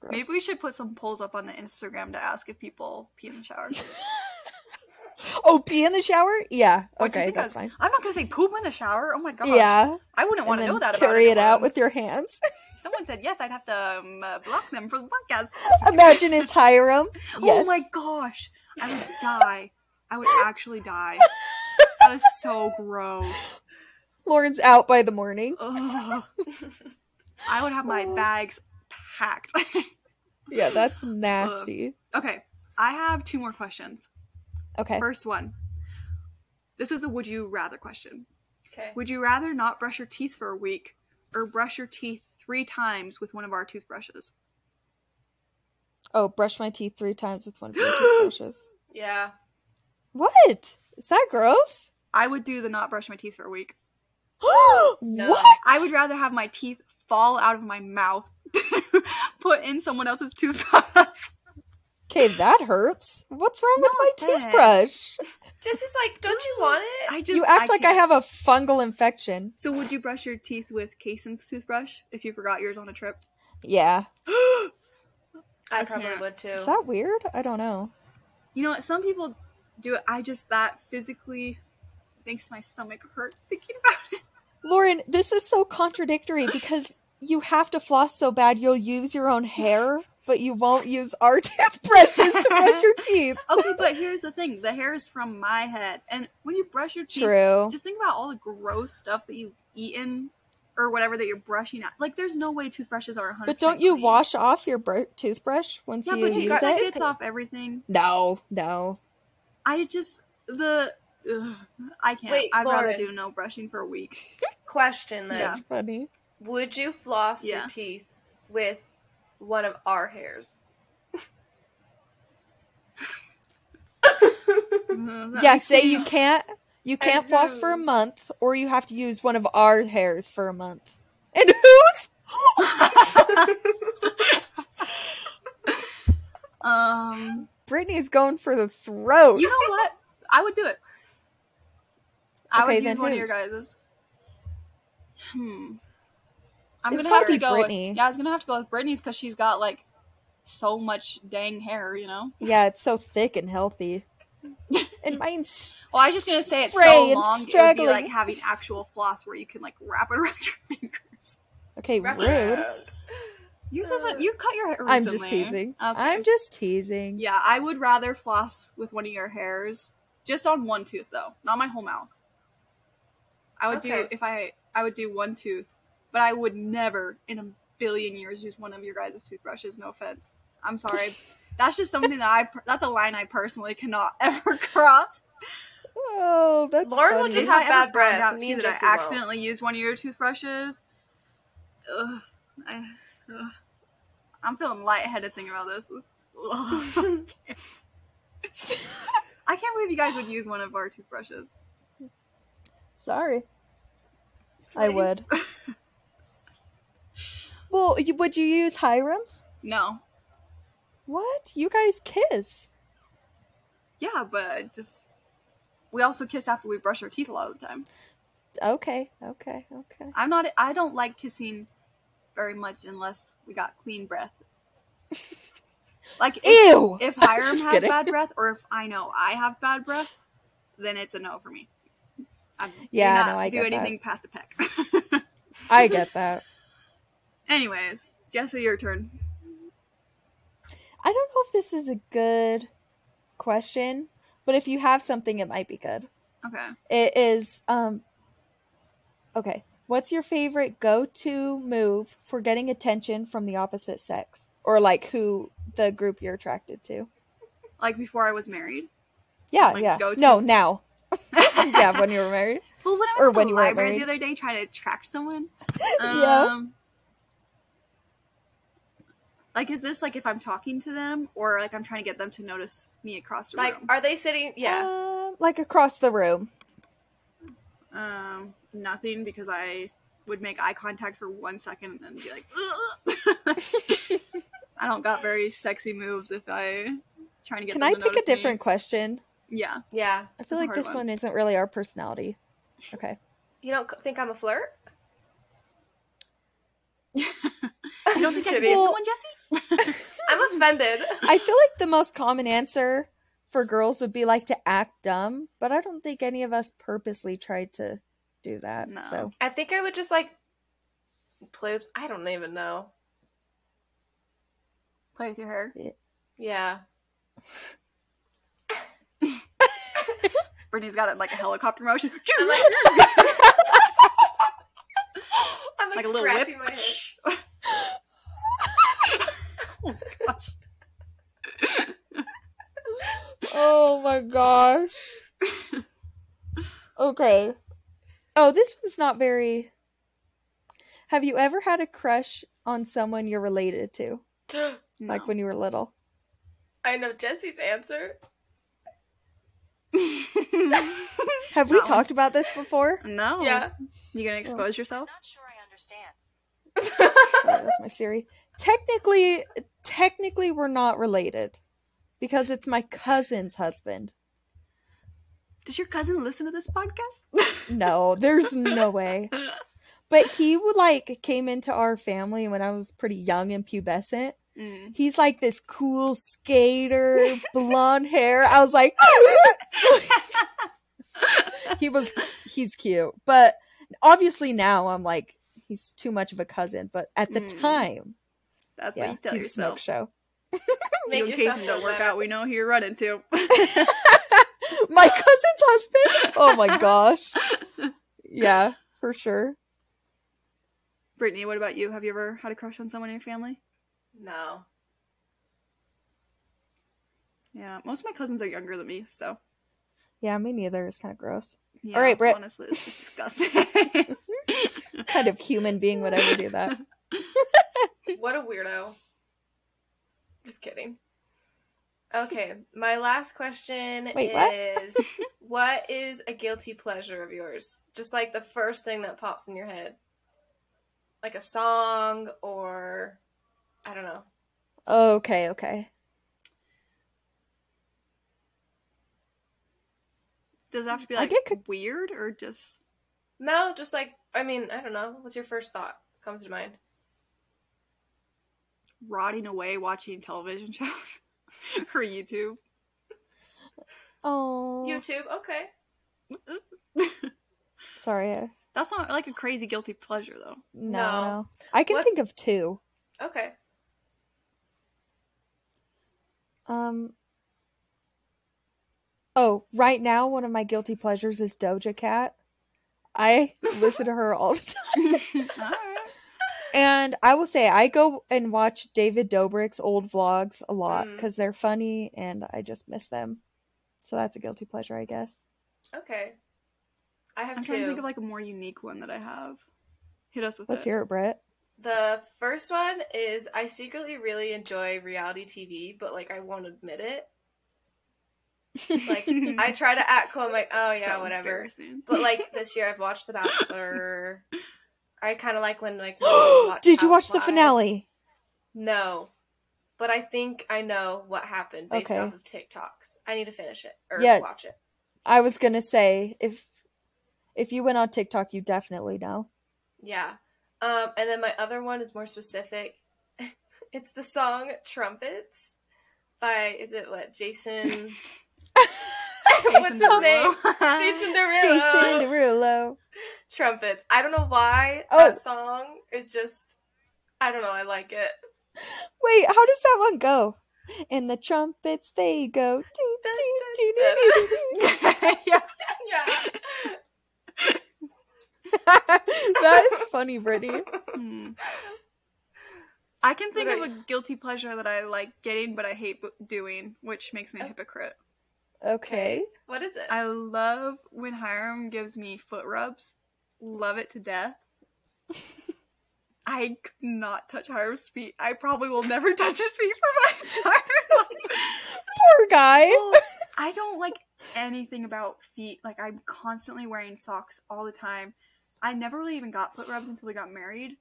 S3: Gross.
S2: Maybe we should put some polls up on the Instagram to ask if people pee in the shower.
S3: [laughs] oh, pee in the shower? Yeah.
S2: What'd you
S3: Okay,
S2: think I
S3: that's
S2: was-
S3: fine.
S2: I'm not gonna say poop in the shower. Oh my god.
S3: Yeah.
S2: I wouldn't
S3: And
S2: want to know
S3: then
S2: that.
S3: carry
S2: about
S3: it out
S2: anyone.
S3: with your hands. [laughs]
S2: Someone said yes. I'd have to um, uh, block them from the podcast.
S3: Imagine it's Hiram. Yes.
S2: [laughs] Oh my gosh. I would die. I would actually die. That is so gross.
S3: Lauren's out by the morning.
S2: Ugh. I would have my
S3: Oh.
S2: bags packed. [laughs]
S3: Yeah, that's nasty.
S2: okay. I have two more questions.
S3: Okay.
S2: First one. This is a would you rather question.
S1: Okay.
S2: Would you rather not brush your teeth for a week or brush your teeth three times with one of our toothbrushes?
S3: Oh, brush my teeth three times with one of your
S2: [gasps]
S3: toothbrushes.
S1: Yeah.
S3: What? Is that gross? [gasps]
S2: I would do the not brush my teeth for a week.
S3: What?
S2: I would rather have my teeth fall out of my mouth [laughs] than put in someone else's [laughs] toothbrush.
S3: Okay, that hurts. What's wrong with
S2: No
S3: my
S2: offense.
S3: toothbrush?
S1: Just is like, don't you want it?
S2: I just
S3: you act like I
S2: can't.
S3: have a fungal infection.
S2: So would you brush your teeth with Kaysen's toothbrush if you forgot yours on a [gasps] trip?
S3: Yeah.
S2: you
S1: I,
S2: I
S1: probably
S2: can't.
S1: would too.
S3: Is that weird? I don't know.
S2: know what? Some people do it. I just that physically makes my stomach hurt thinking about it.
S3: Lauren, this is
S2: [laughs]
S3: so contradictory because you have to floss so bad you'll use your own hair, but you won't use our [laughs] toothbrushes to
S2: [laughs]
S3: brush your teeth.
S2: Okay, but here's the thing: the hair is from my head, and when you brush your teeth,
S3: True.
S2: just think about all the gross stuff that you've eaten or whatever that you're brushing out. Like, there's no way toothbrushes are 100.
S3: But don't you wash off your br- toothbrush once
S2: Yeah,
S3: you
S2: but you
S3: use
S2: got
S3: it?
S2: spits off everything.
S3: No, no.
S2: I just the. Ugh, I can't.
S1: Wait,
S2: I'd rather
S1: Lauren.
S2: do no brushing for a week.
S3: [laughs]
S1: Question then.
S2: Yeah.
S3: That's funny.
S1: Would you floss
S2: Yeah.
S1: your teeth with one of our hairs?
S2: Mm-hmm.
S3: yeah, say you can't you
S1: I
S3: can't floss for a
S1: knows.
S3: month, or you have to use one of our hairs for a month. And whose?
S2: um,
S3: [laughs] Brittany's going for the throat.
S2: you
S3: [laughs]
S2: know what? I would do it. I
S3: Okay,
S2: would
S3: then
S2: use one of your
S3: whose?
S2: guys's. Hmm. I'm
S3: It's
S2: gonna have
S3: gotta
S2: to
S3: be
S2: go.
S3: Brittany.
S2: With, yeah, I was gonna have to go with Brittany's because she's got like so much dang hair, you know.
S3: yeah, it's so thick and healthy. and mine's
S2: Well, I was just gonna say it's
S3: Spray
S2: so
S3: and
S2: long. It would be
S3: struggling.
S2: like having actual floss where you can like wrap it [laughs] around your fingers.
S3: okay.
S1: Wrap it
S3: Rude.
S1: around.
S2: Yours isn't. You cut your hair. Recently.
S3: Uh, I'm just teasing.
S2: Okay.
S3: I'm just teasing.
S2: Yeah, I would rather floss with one of your hairs, just on one tooth though, not my whole mouth. I would do
S1: Okay.
S2: if I I would do one tooth, but I would never in a billion years use one of your guys' toothbrushes. No offense. I'm sorry. That's just something that I per- that's a line I personally cannot [laughs] ever cross.
S3: Oh, that's
S1: Lauren will
S3: funny.
S1: just
S2: If I
S1: have
S2: ever
S1: bad
S2: found
S1: breath,
S2: out, too,
S1: neither
S2: that
S1: she
S2: I
S1: won't.
S2: accidentally used one of your toothbrushes. Ugh, I, ugh. I'm feeling lightheaded thinking about this. This- ugh. [laughs] I can't believe you guys would use one of our toothbrushes.
S3: Sorry, I
S2: Sweaty.
S3: would. well, you, would you use Hiram's?
S2: No.
S3: What? You guys kiss?
S2: Yeah, but just we also kiss after we brush our teeth a lot of the time.
S3: Okay, okay, okay.
S2: I'm not. I don't like kissing very much unless we got clean
S3: [laughs]
S2: breath. Like if-
S3: Ew.
S2: if
S3: [laughs] I'm
S2: Hiram
S3: just
S2: has
S3: kidding.
S2: bad breath, or if I know I have bad breath, then it's a no for me. I do
S3: Yeah,
S2: not
S3: no, I
S2: do
S3: get that.
S2: anything past a peck. [laughs]
S3: I get that.
S2: Anyways, Jesse, your turn.
S3: I don't know if this is a good question, but if you have something, it might be good.
S2: Okay.
S3: It is um okay. What's your favorite go-to move for getting attention from the opposite sex or like who the group you're attracted to?
S2: Like before I was married.
S3: Yeah,
S2: Like,
S3: yeah.
S2: go-to? [laughs]
S3: No, now.
S2: yeah.
S3: Yeah, when you were married.
S2: [laughs] well, when I was
S3: or
S2: at the
S3: when you weren't
S2: library the
S3: married.
S2: other day trying to attract someone.
S3: [laughs] Yeah.
S2: um, Like, is this like if I'm talking to them or like I'm trying to get them to notice me across the
S1: Like,
S2: room?
S1: are they sitting? Yeah.
S3: Um, like across the room.
S2: Um, nothing because I would make eye contact for one second and then be
S3: Oh.
S2: like, "Ugh." I don't got very sexy moves if I trying to get.
S3: Can
S2: them
S3: I
S2: to
S3: pick a
S2: notice me.
S3: different question? [laughs]
S2: Yeah,
S1: Yeah.
S3: I feel
S2: That's a
S3: like
S2: hard
S3: this
S2: one.
S3: one isn't really our personality. Okay.
S1: You don't c- think I'm a flirt? [laughs]
S2: you
S1: I'm
S2: don't
S1: just
S2: think I could
S1: kidding.
S2: get someone, Jesse?
S1: I'm offended.
S3: I feel like the most common answer for girls would be like to act dumb, but I don't think any of us purposely tried to do that.
S2: No.
S3: So
S1: I think I would just like play with. I don't even know.
S2: Play with your hair
S1: Yeah.
S2: Brittany's got it like a helicopter motion,
S1: [laughs] I'm like, [gasps] I'm like,
S2: [laughs] like a little whip.
S1: scratching my head.
S2: oh gosh.
S3: Oh my gosh. okay. Oh, this one's not very Have you ever had a crush on someone you're related to?
S2: [laughs]
S3: Like when you were little?
S1: [gasps] I know Jesse's [laughs] answer.
S3: [laughs] Have we
S2: No.
S3: talked about this before?
S2: [laughs] no.
S1: [laughs] Yeah.
S2: You gonna expose yourself?
S4: Not sure I understand.
S3: Sorry, that's my Siri. Technically, technically, we're not related because it's my cousin's husband.
S2: Does your cousin listen to this podcast?
S3: No, there's no way. But he would like came into our family when I was pretty young and pubescent.
S2: Mm.
S3: He's like this
S2: [laughs]
S3: cool skater, blonde hair. I was like, [laughs] he was, he's cute. But obviously now I'm like, he's too much of a cousin. But at the
S2: Mm.
S3: time,
S2: That's
S3: yeah,
S2: what you tell
S3: he's smoke
S2: yourself.
S3: show.
S1: Make
S2: you and
S1: yourself
S2: Casey
S1: feel
S2: don't work
S1: better.
S2: out. We know who you're running to. [laughs]
S3: my cousin's husband.
S2: [laughs]
S3: Oh my gosh. Yeah, for sure.
S2: Brittany, what about you? Have you ever had a crush on someone in your family?
S1: No.
S2: Yeah, most of my cousins are younger than me, so.
S3: Yeah, me neither. It's kind of gross.
S2: Yeah,
S3: right, Britt.
S2: Honestly, it's disgusting. [laughs]
S3: Kind of human being would ever do that.
S1: What a weirdo. Just kidding. Okay, my last [laughs] question
S3: Wait, what?
S1: is what is a guilty pleasure of yours? Just like the first thing that pops in your head. Like a song or I don't know.
S3: Oh, Okay, okay.
S2: Does it have to be
S3: I
S2: like
S3: get co-
S2: weird or just
S1: No, just like I mean, I don't know. What's your first thought comes to mind?
S2: rotting away watching television [laughs] shows or YouTube?
S3: Oh,
S1: YouTube. Okay.
S3: sorry. I-
S2: That's not like a crazy guilty pleasure though.
S3: No,
S1: No.
S3: no. I can
S1: What-
S3: think of two.
S1: Okay.
S3: Um. Oh, right now one of my guilty pleasures is Doja Cat.
S1: [laughs]
S3: I listen to her all the time.
S2: All right.
S3: And I will say, I go and watch David Dobrik's old vlogs a lot
S1: Mm.
S3: because they're funny and I just miss them. So that's a guilty pleasure, I guess.
S1: Okay. I have
S2: I'm trying to
S1: two.
S2: think of like a more unique one that I have. Hit us with
S3: Let's
S2: it.
S3: hear it, Brett.
S1: The first one is I secretly really enjoy reality TV, but like I won't admit it.
S2: [laughs]
S1: Like I try to act cool. I'm like, oh yeah,
S2: So
S1: whatever.
S2: embarrassing. [laughs]
S1: But like this year, I've watched The Bachelor. I kind of like when
S2: [gasps]
S1: like. when we [gasps] watch
S3: [gasps] Did you watch the
S1: Housewives.
S3: finale?
S1: No, but I think I know what happened based
S3: Okay.
S1: off of TikToks. I need to finish it or
S3: Yeah.
S1: watch it.
S3: I was gonna say if if you went on TikTok, you
S2: [laughs]
S3: definitely know.
S1: Yeah. Um, and then my other one is more specific. [laughs] it's the song Trumpets by is it what
S3: [laughs]
S1: Jason What's his
S2: Derulo.
S1: name? Jason Derulo.
S3: Uh, Jason Derulo.
S1: Trumpets. I don't know why
S3: Oh.
S1: that song. It just I don't know, I like
S3: [laughs]
S1: it.
S3: Wait, how does that one go? And the trumpets they
S2: [laughs]
S3: go. doo,
S1: [laughs] Dun,
S3: doo,
S1: dun,
S3: doo, doo,
S1: dun.
S3: doo, doo, doo.
S2: yeah.
S1: [laughs] Yeah.
S3: [laughs] That is funny, Brittany.
S2: Hmm. I can think
S1: What
S2: of
S1: are
S2: a guilty pleasure that I like getting but I hate b- doing, which makes me a
S1: Oh.
S2: hypocrite.
S3: Okay.
S1: What is it?
S2: I love when Hiram gives me foot rubs. Love it to death. I could not touch Hiram's feet. I probably will never touch his feet for my entire [laughs] life.
S3: Poor guy.
S2: I don't like anything about feet. Like I'm constantly wearing socks all the time. I never really even got foot rubs until we got married,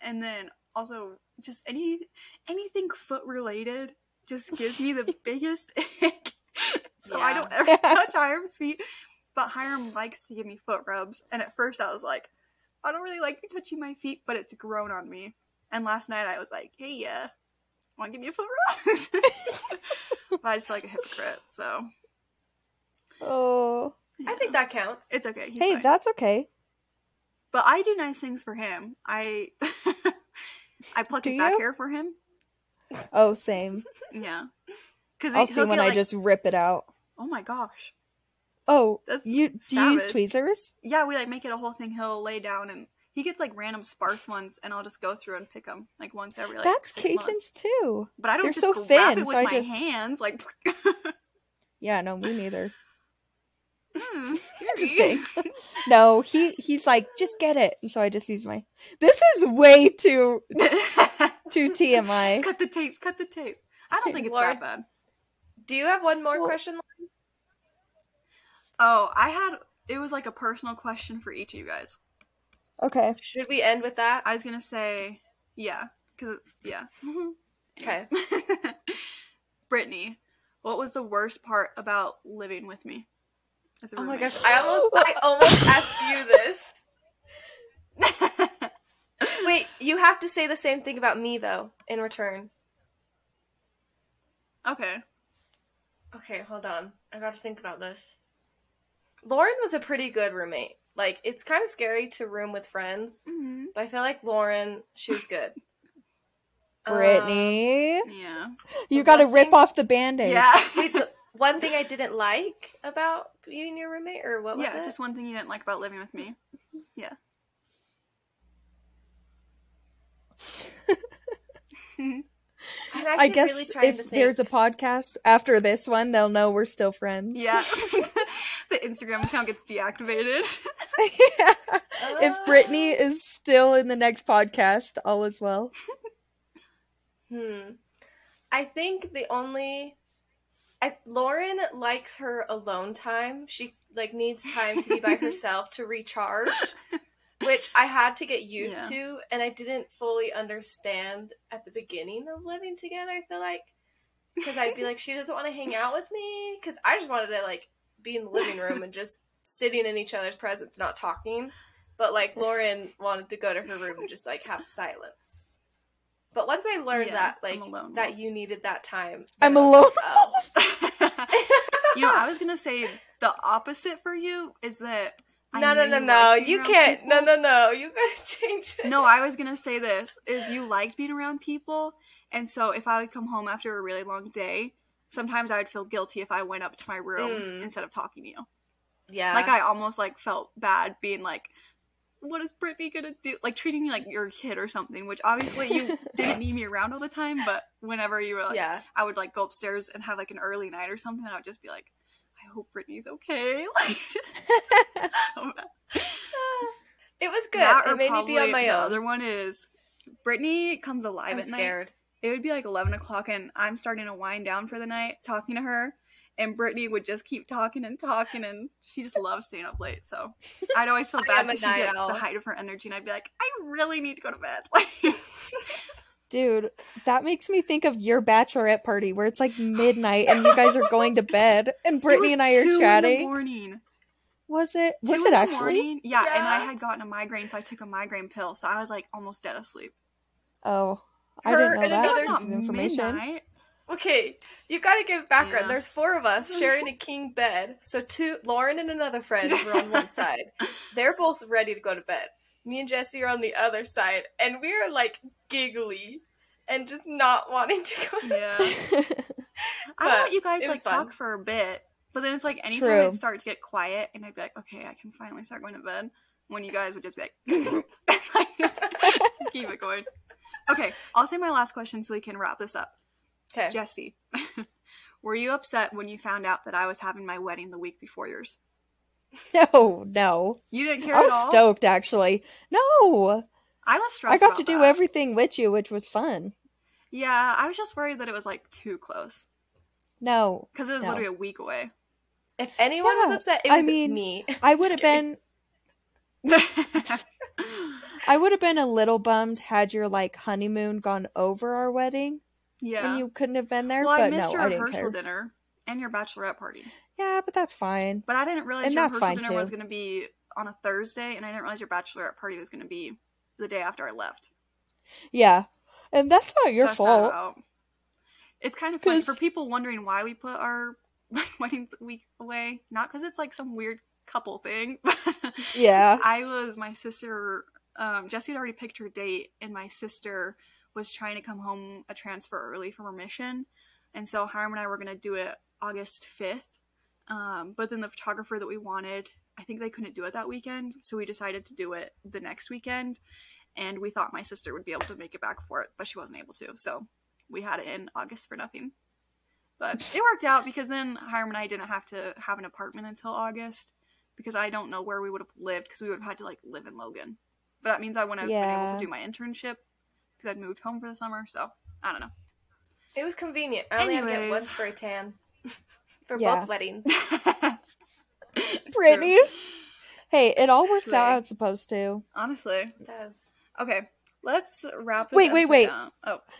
S2: and then also just any anything foot related just gives me the biggest [laughs] ick. so I
S4: Yeah.
S2: don't
S3: [laughs]
S2: ever touch Hiram's feet, but Hiram likes to give me foot rubs, and at first I was like, I don't really like you touching my feet, but it's grown on me. And last night I was like, Hey, yeah, want to give me a foot rub? [laughs] but I just feel like a hypocrite, so
S3: Oh,
S1: I think
S2: yeah.
S1: that counts.
S2: it's okay. he's
S3: hey,
S2: fine.
S3: that's okay.
S2: But I do nice things for him. I [laughs] I plucked
S3: Do
S2: his back
S3: you?
S2: hair for him.
S3: Oh, same.
S2: Yeah, because
S3: I'll see when I just rip it out.
S2: Oh my gosh,
S3: Oh,
S2: that's
S3: you do you use
S2: savage.
S3: tweezers?
S2: Yeah, we like make it a whole thing. He'll lay down and he gets like random sparse ones, and I'll just go through and pick them like once every like
S3: That's
S2: six months.
S3: casings too.
S2: But I don't
S3: they're
S2: just
S3: so
S2: grab
S3: thin,
S2: it with
S3: so I
S2: my
S3: just-
S2: hands. Like, [laughs] mm,
S3: [laughs] Yeah, no, me neither.
S2: hmm,
S3: Just
S2: scary. [laughs]
S3: kidding. No, he he's like, just get it, and so I just use my. This is way too
S2: [laughs]
S3: too TMI.
S2: cut the tapes. Cut the tape. I don't think it's
S1: Lord.
S2: that bad.
S1: Do you have one more
S3: Well-
S1: question?
S2: Oh, I had it was like a personal question for each of you guys.
S3: Okay,
S1: Should we end with that?
S2: I was gonna say, yeah, because yeah.
S3: Mm-hmm.
S1: Okay.
S2: Anyways. [laughs] Brittany, what was the worst part about living with me? As a
S1: Oh my
S2: roommate?
S1: gosh, I almost I almost [laughs] asked you this. Wait, you have to say the same thing about me though in return.
S2: [laughs] okay.
S1: Okay, hold on. I got to think about this. Lauren was a pretty good roommate. Like it's kind of scary to room with friends,
S3: Mm-hmm.
S1: but I feel like Lauren, she was [laughs] good.
S2: uh,
S1: Um,
S3: Brittany,
S1: [laughs]
S2: Yeah.
S3: you got to
S1: one
S3: rip
S1: thing-
S3: off the band-aid.
S2: Yeah.
S1: Um, wait,
S2: [laughs]
S1: the one thing I didn't like about you and your roommate, or what was
S2: yeah.
S1: it?
S2: Just one thing you didn't like about living with me. Yeah.
S1: I'm
S3: I
S1: actually
S3: guess
S1: really trying to
S3: if
S1: think.
S3: there's a podcast after this one, they'll know we're still friends. [laughs]
S2: yeah. [laughs] the Instagram account gets
S1: [laughs]
S2: deactivated. [laughs]
S3: if Brittany is still in the next podcast, all is well.
S1: Hmm. I think the only I, Lauren likes her alone time. She like needs time to be by herself to recharge, which I had to get used
S2: Yeah.
S1: to and I didn't fully understand at the beginning of living together, I feel like cuz I'd be like she doesn't want to hang out with me cuz I just wanted to like be in the living room and just sitting in each other's presence not talking. But like
S2: [sighs]
S1: Lauren wanted to go to her room and just like have silence. But once I learned
S2: Yeah,
S1: that, like
S2: I'm a lone
S1: that
S2: wolf.
S1: you needed that time.
S3: I'm
S1: then I
S3: a
S1: was like,
S3: lone
S1: oh.
S2: you know, I was gonna say the opposite for you is that [laughs] I
S1: No, no, no,
S2: know
S1: no.
S2: like being
S1: You
S2: around
S1: can't.
S2: people.
S1: No, no, no. You gotta [laughs] change it.
S2: No, I was gonna say this is you liked being around people, and so if I would come home after a really long day, sometimes I would feel guilty if I went up to my room
S1: Mm.
S2: instead of talking to you.
S1: Yeah.
S2: Like I almost like felt bad being like, "What is Brittany gonna do?" Like treating me like your kid or something. Which obviously
S1: [laughs]
S2: you didn't need me around all the time, but whenever you were like,
S1: yeah.
S2: I would like go upstairs and have like an early night or something. I would just be like, "I hope Brittany's okay." [laughs] Like just
S1: [laughs]
S2: so bad.
S1: It was good.
S2: That or
S1: it made me be
S2: probably
S1: on my
S2: the
S1: own.
S2: Other one is Brittany comes alive
S1: I'm
S2: at night.
S1: scared.
S2: It would be like eleven o'clock, and I'm starting to wind down for the night, talking to her, and Brittany would just keep talking and talking, and she just loves staying up late.
S3: [laughs]
S2: So I'd always feel
S1: I
S2: bad
S1: am a
S2: because she'd get
S1: night owl.
S2: the height of her energy, and I'd be like, I really need to go to bed. [laughs] Like,
S3: [laughs] Dude, that makes me think of your bachelorette party where it's like midnight and you guys are going to bed and Brittany and I
S2: two
S3: are
S2: In the
S3: chatting.
S2: morning.
S3: Was it?
S2: Two
S3: Was
S2: in
S3: it
S2: the
S3: actually?
S2: morning. Yeah, and I
S1: Yeah.
S2: had gotten a migraine, so I took a migraine pill. So I was like almost dead asleep.
S3: Oh, I
S1: Her
S3: didn't know
S1: and
S3: that
S1: another- It
S2: That's
S3: piece
S2: not
S3: of information.
S2: midnight.
S1: Okay, you gotta give background.
S2: Yeah.
S1: There's four of us
S3: [laughs]
S1: sharing a king bed. So two, Lauren and another friend were on
S3: [laughs]
S1: one side. They're both ready to go to bed. Me and Jesse are on the other side, and we are like giggly and just not wanting to
S3: [laughs]
S1: go. To-
S2: Yeah. I
S1: But
S2: let you guys
S1: it
S2: like
S1: was
S2: talk
S1: fun.
S2: for a bit, but then it's like anytime
S3: True.
S2: I'd start to get quiet, and I'd be like, okay, I can finally start going to bed. When you guys would just be like, [laughs] just keep it going. Okay, I'll say my last question so we can wrap this up.
S1: okay.
S2: Jesse, [laughs] were you upset when you found out that I was having my wedding the week before yours?
S3: No, no.
S2: You didn't care
S3: I
S2: at
S3: was
S2: all.
S3: stoked actually. No.
S2: I was
S3: I
S2: stressed.
S3: got to
S2: about
S3: do
S2: that.
S3: everything with you, which was fun.
S2: Yeah, I was just worried that it was like too close
S3: No,
S2: because it was
S3: No.
S2: literally
S3: [laughs]
S2: a week away. [laughs]
S1: If anyone was
S3: Yeah,
S1: upset, it
S3: I
S1: was
S3: mean-
S1: me. [laughs]
S3: I would have
S1: kidding.
S3: been I would have been a little bummed had your like honeymoon gone over our wedding
S2: yeah.
S3: and you couldn't have been there.
S2: well, I
S3: but
S2: missed
S3: no,
S2: your
S3: I didn't
S2: rehearsal
S3: care.
S2: dinner and your bachelorette party,
S3: Yeah, but that's fine.
S2: but I didn't realize
S3: And
S2: your
S3: that's
S2: rehearsal
S3: fine,
S2: dinner was
S3: too.
S2: going to be on a Thursday, and I didn't realize your bachelorette party was going to be the day after I left.
S3: Yeah, and that's not your
S2: So I sat it
S3: fault.
S2: out. It's kind of funny
S3: 'Cause-
S2: for people wondering why we put our [laughs] weddings week away. Not because it's like some weird couple thing. [laughs] but
S3: Yeah.
S2: [laughs] I was my sister. Um, Jesse had already picked her date, and my sister was trying to come home a transfer early from her mission, and so Hiram and I were going to do it August fifth. Um, but then the photographer that we wanted, I think they couldn't do it that weekend, so we decided to do it the next weekend. And we thought my sister would be able to make it back for it, but she wasn't able to. So we had it in August for nothing.
S3: [laughs]
S2: But it worked out because then Hiram and I didn't have to have an apartment until August because I don't know where we would have lived because we would have had to like live in Logan. But that means I wouldn't have been able to
S3: Yeah.
S2: do my internship because I'd moved home for the summer. So I don't
S1: It was convenient. I only had to get one
S2: Anyways.
S1: spray tan [laughs] for
S3: Yeah.
S1: both
S3: [laughs]
S1: weddings.
S2: know. It's true.
S3: Brittany. Hey, it all works out
S2: Slay.
S3: how it's supposed to.
S2: Honestly.
S1: It does.
S2: Okay. Let's wrap this
S3: Wait, wait,
S2: episode
S3: wait.
S2: up. Oh,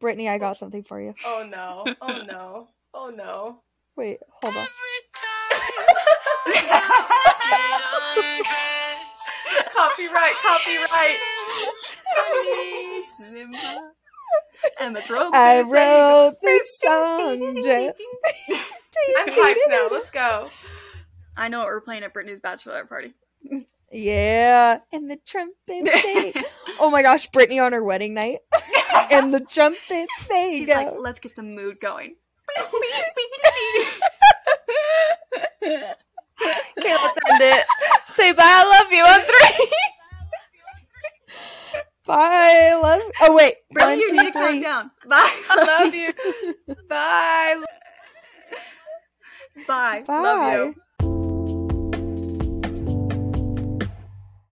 S3: Brittany, I got something for you.
S1: Oh no.
S3: [laughs]
S1: Oh no. Oh no.
S3: Wait, hold on.
S1: copyright,
S3: [laughs]
S1: copyright.
S2: Emma Drove.
S3: I wrote this song just.
S1: [laughs] I'm hyped now. Let's go.
S2: I know what we're playing at Brittany's bachelorette party.
S3: Yeah, and the
S2: [laughs]
S3: trumpet sing. Oh my gosh, Brittany on her wedding night, [laughs] and the trumpet sing.
S2: She's like, let's get the mood
S3: [laughs]
S2: going.
S1: Okay, let's end it. Say bye. I love you on [laughs] three.
S3: Bye, love. Oh wait,
S2: Brittany, you
S3: one,
S2: need to
S3: two,
S2: calm
S3: three.
S2: down. Bye. [laughs]
S1: I love you. Bye.
S2: Bye.
S3: Bye.
S2: Love you.